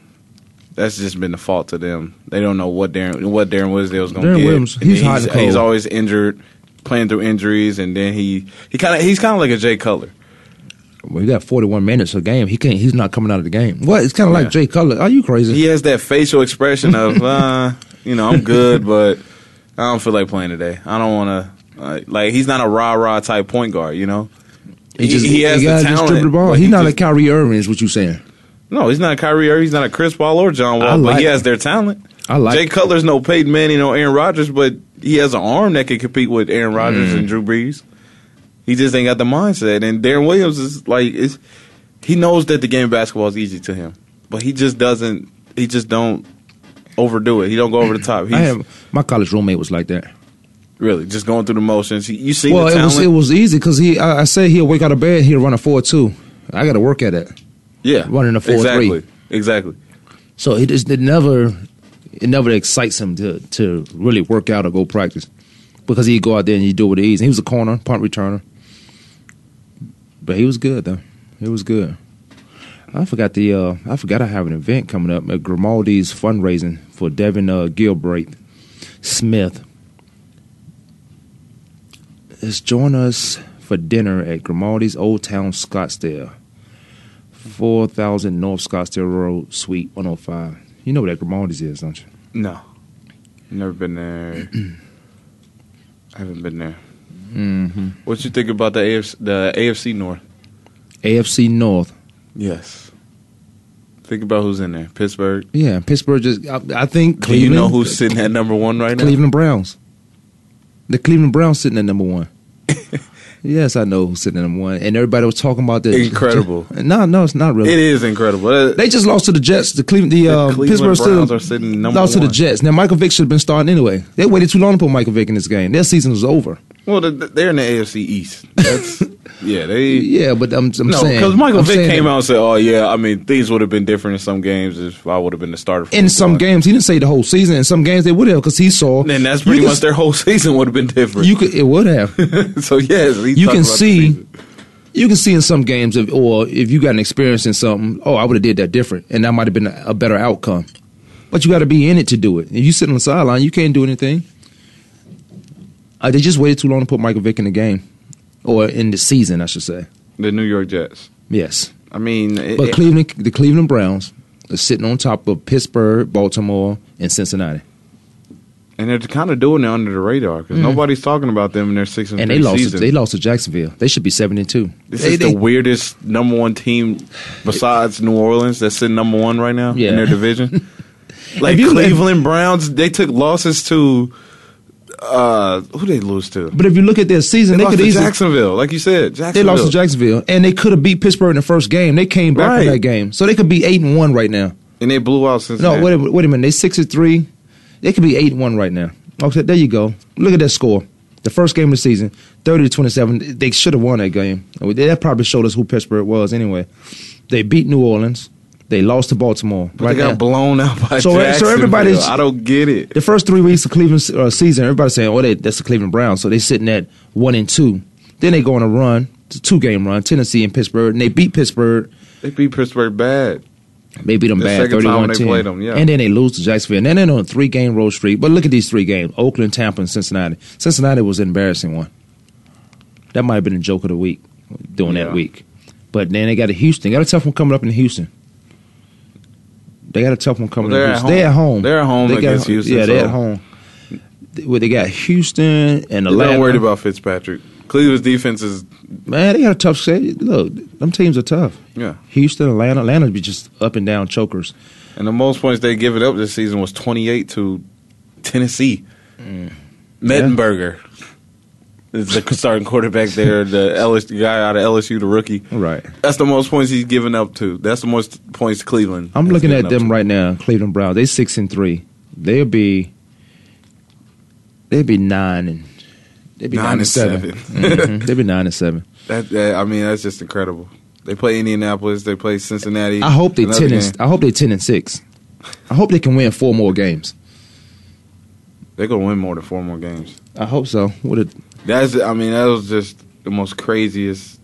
Speaker 3: that's just been the fault to them. They don't know what Darren what Darren Wisdale's going
Speaker 4: Darren
Speaker 3: to get.
Speaker 4: Williams,
Speaker 3: And
Speaker 4: he's hot
Speaker 3: he's,
Speaker 4: and cold.
Speaker 3: he's always injured, playing through injuries, and then he he kind of he's kind of like a Jay Cutler.
Speaker 4: We got 41 minutes of game. He can't. He's not coming out of the game. What? It's kind of like Jay Cutler. Are you crazy?
Speaker 3: He has that facial expression of uh, you know I'm good, but I don't feel like playing today. I don't want to uh, like he's not a rah rah type point guard. You know, he, he has the
Speaker 4: gotta
Speaker 3: talent.
Speaker 4: distribute the ball.
Speaker 3: but
Speaker 4: He's
Speaker 3: he
Speaker 4: not
Speaker 3: just-
Speaker 4: a Kyrie Irving. Is what you saying?
Speaker 3: No, he's not Kyrie Irving. He's not a Chris Paul or John
Speaker 4: I
Speaker 3: Wall, but
Speaker 4: like-
Speaker 3: he has their talent.
Speaker 4: I like-
Speaker 3: Jay Cutler's no Peyton Manning, no Aaron Rodgers, but he has an arm that can compete with Aaron Rodgers
Speaker 4: Mm.
Speaker 3: and Drew Brees. He just ain't got the mindset. And Darren Williams is like, it's, he knows that the game of basketball is easy to him, but he just doesn't. He just don't overdo it. He don't go over the top. He's
Speaker 4: I have, my college roommate was like that.
Speaker 3: really just going through the motions. He- You see
Speaker 4: Well,
Speaker 3: the
Speaker 4: it
Speaker 3: talent.
Speaker 4: was it was easy because he. I, I said he'll wake out of bed. He'll run a four two. I got to work at it.
Speaker 3: yeah,
Speaker 4: running a 4-3.
Speaker 3: exactly, exactly.
Speaker 4: So it just it never it never excites him to to really work out or go practice because he'd go out there and he'd do what he is. He was a corner punt returner, but he was good though. He was good. I forgot the uh, I forgot I have an event coming up at Grimaldi's fundraising for Devin uh, Gilbreth Smith. Let's join us for dinner at Grimaldi's Old Town Scottsdale. 4000 North Scottsdale Road, Suite 105. You know where that Grimaldi's is, don't you?
Speaker 3: No, never been there. I haven't been there. What you think about the AFC, the AFC North?
Speaker 4: AFC North.
Speaker 3: Yes. Think about who's in there. Pittsburgh.
Speaker 4: Yeah, Pittsburgh just, I, I think
Speaker 3: Do
Speaker 4: Cleveland.
Speaker 3: you know who's sitting at number one right now?
Speaker 4: Cleveland Browns. The Cleveland Browns sitting at number one. yes, I know who's sitting at number one. And everybody was talking about this.
Speaker 3: Incredible.
Speaker 4: No, no, it's not really.
Speaker 3: It is incredible. Uh,
Speaker 4: They just lost to the Jets. The Cleveland, the, uh,
Speaker 3: Cleveland
Speaker 4: Pittsburgh
Speaker 3: Browns
Speaker 4: still
Speaker 3: are sitting number
Speaker 4: lost to the
Speaker 3: one.
Speaker 4: Jets. Now Michael Vick should have been starting anyway. They waited too long to put Michael Vick in this game. Their season was over.
Speaker 3: well, th- th- they're in the AFC East. That's yeah. They
Speaker 4: Yeah, but I'm, I'm
Speaker 3: no
Speaker 4: saying
Speaker 3: because Michael
Speaker 4: I'm
Speaker 3: Vick
Speaker 4: saying
Speaker 3: came
Speaker 4: that-
Speaker 3: out and said, "Oh yeah, I mean things would have been different in some games if I would have been the starter." For
Speaker 4: in
Speaker 3: the
Speaker 4: some
Speaker 3: Browns."
Speaker 4: games he didn't say the whole season. In some games they would have because he saw.
Speaker 3: and that's
Speaker 4: you
Speaker 3: pretty
Speaker 4: can-
Speaker 3: much their whole season would have been different.
Speaker 4: You could it would have.
Speaker 3: so yes, he's talking
Speaker 4: You can
Speaker 3: about the
Speaker 4: see.
Speaker 3: season.
Speaker 4: you can see in some games, if, or if you got an experience in something, oh, I would have did that different, and that might have been a, a better outcome. But you got to be in it to do it. If you sit on the sideline, you can't do anything. Uh, they just waited too long to put Michael Vick in the game, or in the season, I should say.
Speaker 3: the New York Jets.
Speaker 4: Yes,
Speaker 3: I mean, it-
Speaker 4: but
Speaker 3: it-
Speaker 4: Cleveland, the Cleveland Browns, are sitting on top of Pittsburgh, Baltimore, and Cincinnati.
Speaker 3: and they're kind of doing it under the radar because nobody's talking about them in their six and,
Speaker 4: Mm. and
Speaker 3: three
Speaker 4: they lost.
Speaker 3: season.
Speaker 4: They lost to Jacksonville. They should be seven and two.
Speaker 3: This
Speaker 4: They-
Speaker 3: is
Speaker 4: they-
Speaker 3: the weirdest number one team besides New Orleans that's sitting number one right now
Speaker 4: Yeah.
Speaker 3: in their division. like
Speaker 4: If you-
Speaker 3: Cleveland Browns, they took losses to uh, who they lose to?
Speaker 4: but if you look at their
Speaker 3: They,
Speaker 4: season, they,
Speaker 3: lost
Speaker 4: could
Speaker 3: to
Speaker 4: easily
Speaker 3: Jacksonville, like you said.
Speaker 4: they
Speaker 3: Jacksonville.
Speaker 4: lost to Jacksonville, and they could have beat Pittsburgh in the first game. They came back
Speaker 3: Right.
Speaker 4: from that game, so they could be eight and one right now.
Speaker 3: and they blew out since.
Speaker 4: No, wait, a- wait a minute. They six and three. They could be eight and one right now. Okay, there you go. Look at that score. The first game of the season, thirty to twenty-seven. They should have won that game. That probably showed us who Pittsburgh was anyway. They beat New Orleans. They lost to Baltimore.
Speaker 3: But
Speaker 4: right
Speaker 3: they got
Speaker 4: now.
Speaker 3: blown out by
Speaker 4: So- so
Speaker 3: Jacksonville.
Speaker 4: everybody's-
Speaker 3: I don't get it.
Speaker 4: the first three weeks of Cleveland uh, season, everybody's saying, "Oh, they, that's the Cleveland Browns." So they sitting at one and two. Then they go on a run, two game run, Tennessee and Pittsburgh, and they beat Pittsburgh.
Speaker 3: They beat Pittsburgh bad.
Speaker 4: They beat them
Speaker 3: The
Speaker 4: bad,
Speaker 3: second time when
Speaker 4: thirty-one
Speaker 3: they
Speaker 4: ten.
Speaker 3: played 'em, yeah.
Speaker 4: And then they lose to Jacksonville. And then they're on a three game road streak. But look at these three games: Oakland, Tampa, and Cincinnati. Cincinnati was an embarrassing one. That might have been a joke of the week during
Speaker 3: Yeah.
Speaker 4: that week. But then they got a Houston. They got a tough one coming up in Houston. They got a tough one coming.
Speaker 3: Well, they're
Speaker 4: up.
Speaker 3: at
Speaker 4: Houston. They're at home.
Speaker 3: They're at home
Speaker 4: They got-
Speaker 3: against Houston,
Speaker 4: Yeah, they're
Speaker 3: so-
Speaker 4: at home. They- Well, they got Houston and
Speaker 3: They're
Speaker 4: Atlanta.
Speaker 3: not worried about Fitzpatrick. Cleveland's defense is
Speaker 4: Man, they got a tough schedule. Look, them teams are tough.
Speaker 3: yeah,
Speaker 4: Houston, Atlanta, Atlanta be just up and down chokers.
Speaker 3: and the most points they give it up this season was twenty eight to Tennessee. Mm. Mettenberger is the starting quarterback there. The LSU guy out of LSU, the rookie.
Speaker 4: Right.
Speaker 3: That's the most points he's given up to. That's the most points Cleveland.
Speaker 4: I'm
Speaker 3: has
Speaker 4: looking
Speaker 3: given
Speaker 4: at
Speaker 3: up
Speaker 4: them
Speaker 3: to.
Speaker 4: right now, Cleveland Browns. They six and three. They'll be they'll be nine and they'll be nine, and 7 Mhm. They'll be nine and seven.
Speaker 3: That, that- I mean, that's just incredible. They play Indianapolis. They play Cincinnati.
Speaker 4: I hope they
Speaker 3: Another
Speaker 4: ten
Speaker 3: game.
Speaker 4: and, I hope they ten and six. I hope they can win four more games.
Speaker 3: They're gonna win more than four more games.
Speaker 4: I hope so. What a
Speaker 3: That's I mean that was just the most craziest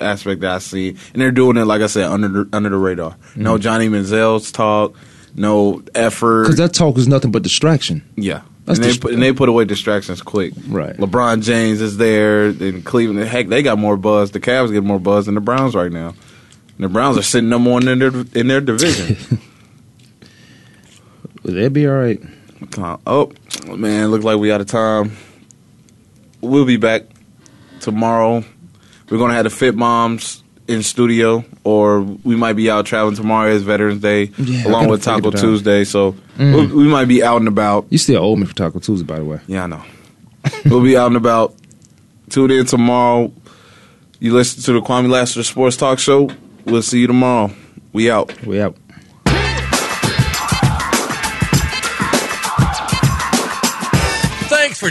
Speaker 3: aspect that I see, and they're doing it like I said under the, under the radar.
Speaker 4: Mm-hmm.
Speaker 3: No Johnny Manziel's talk, no effort.
Speaker 4: because that talk is nothing but distraction.
Speaker 3: yeah,
Speaker 4: that's
Speaker 3: and they,
Speaker 4: dist-
Speaker 3: put, and they put away distractions quick.
Speaker 4: Right.
Speaker 3: LeBron James is there, and Cleveland. Heck, they got more buzz. The Cavs get more buzz than the Browns right now. And the Browns are sitting number one in their in their division.
Speaker 4: They'll be all right.
Speaker 3: Uh, oh man, look like we out of time. We'll be back tomorrow. We're gonna have the Fit Moms in studio, or we might be out traveling tomorrow. It's Veterans Day,
Speaker 4: Yeah, I
Speaker 3: along
Speaker 4: gotta
Speaker 3: with Taco
Speaker 4: figure it Mm. out.
Speaker 3: Tuesday, so we'll, we might be out and about.
Speaker 4: You still owe me for Taco Tuesday, by the way.
Speaker 3: Yeah, I know. we'll be out and about. Tune in tomorrow. You listen to the Kwame Lasseter Sports Talk Show. We'll see you tomorrow. We out.
Speaker 4: We out.
Speaker 9: Thanks for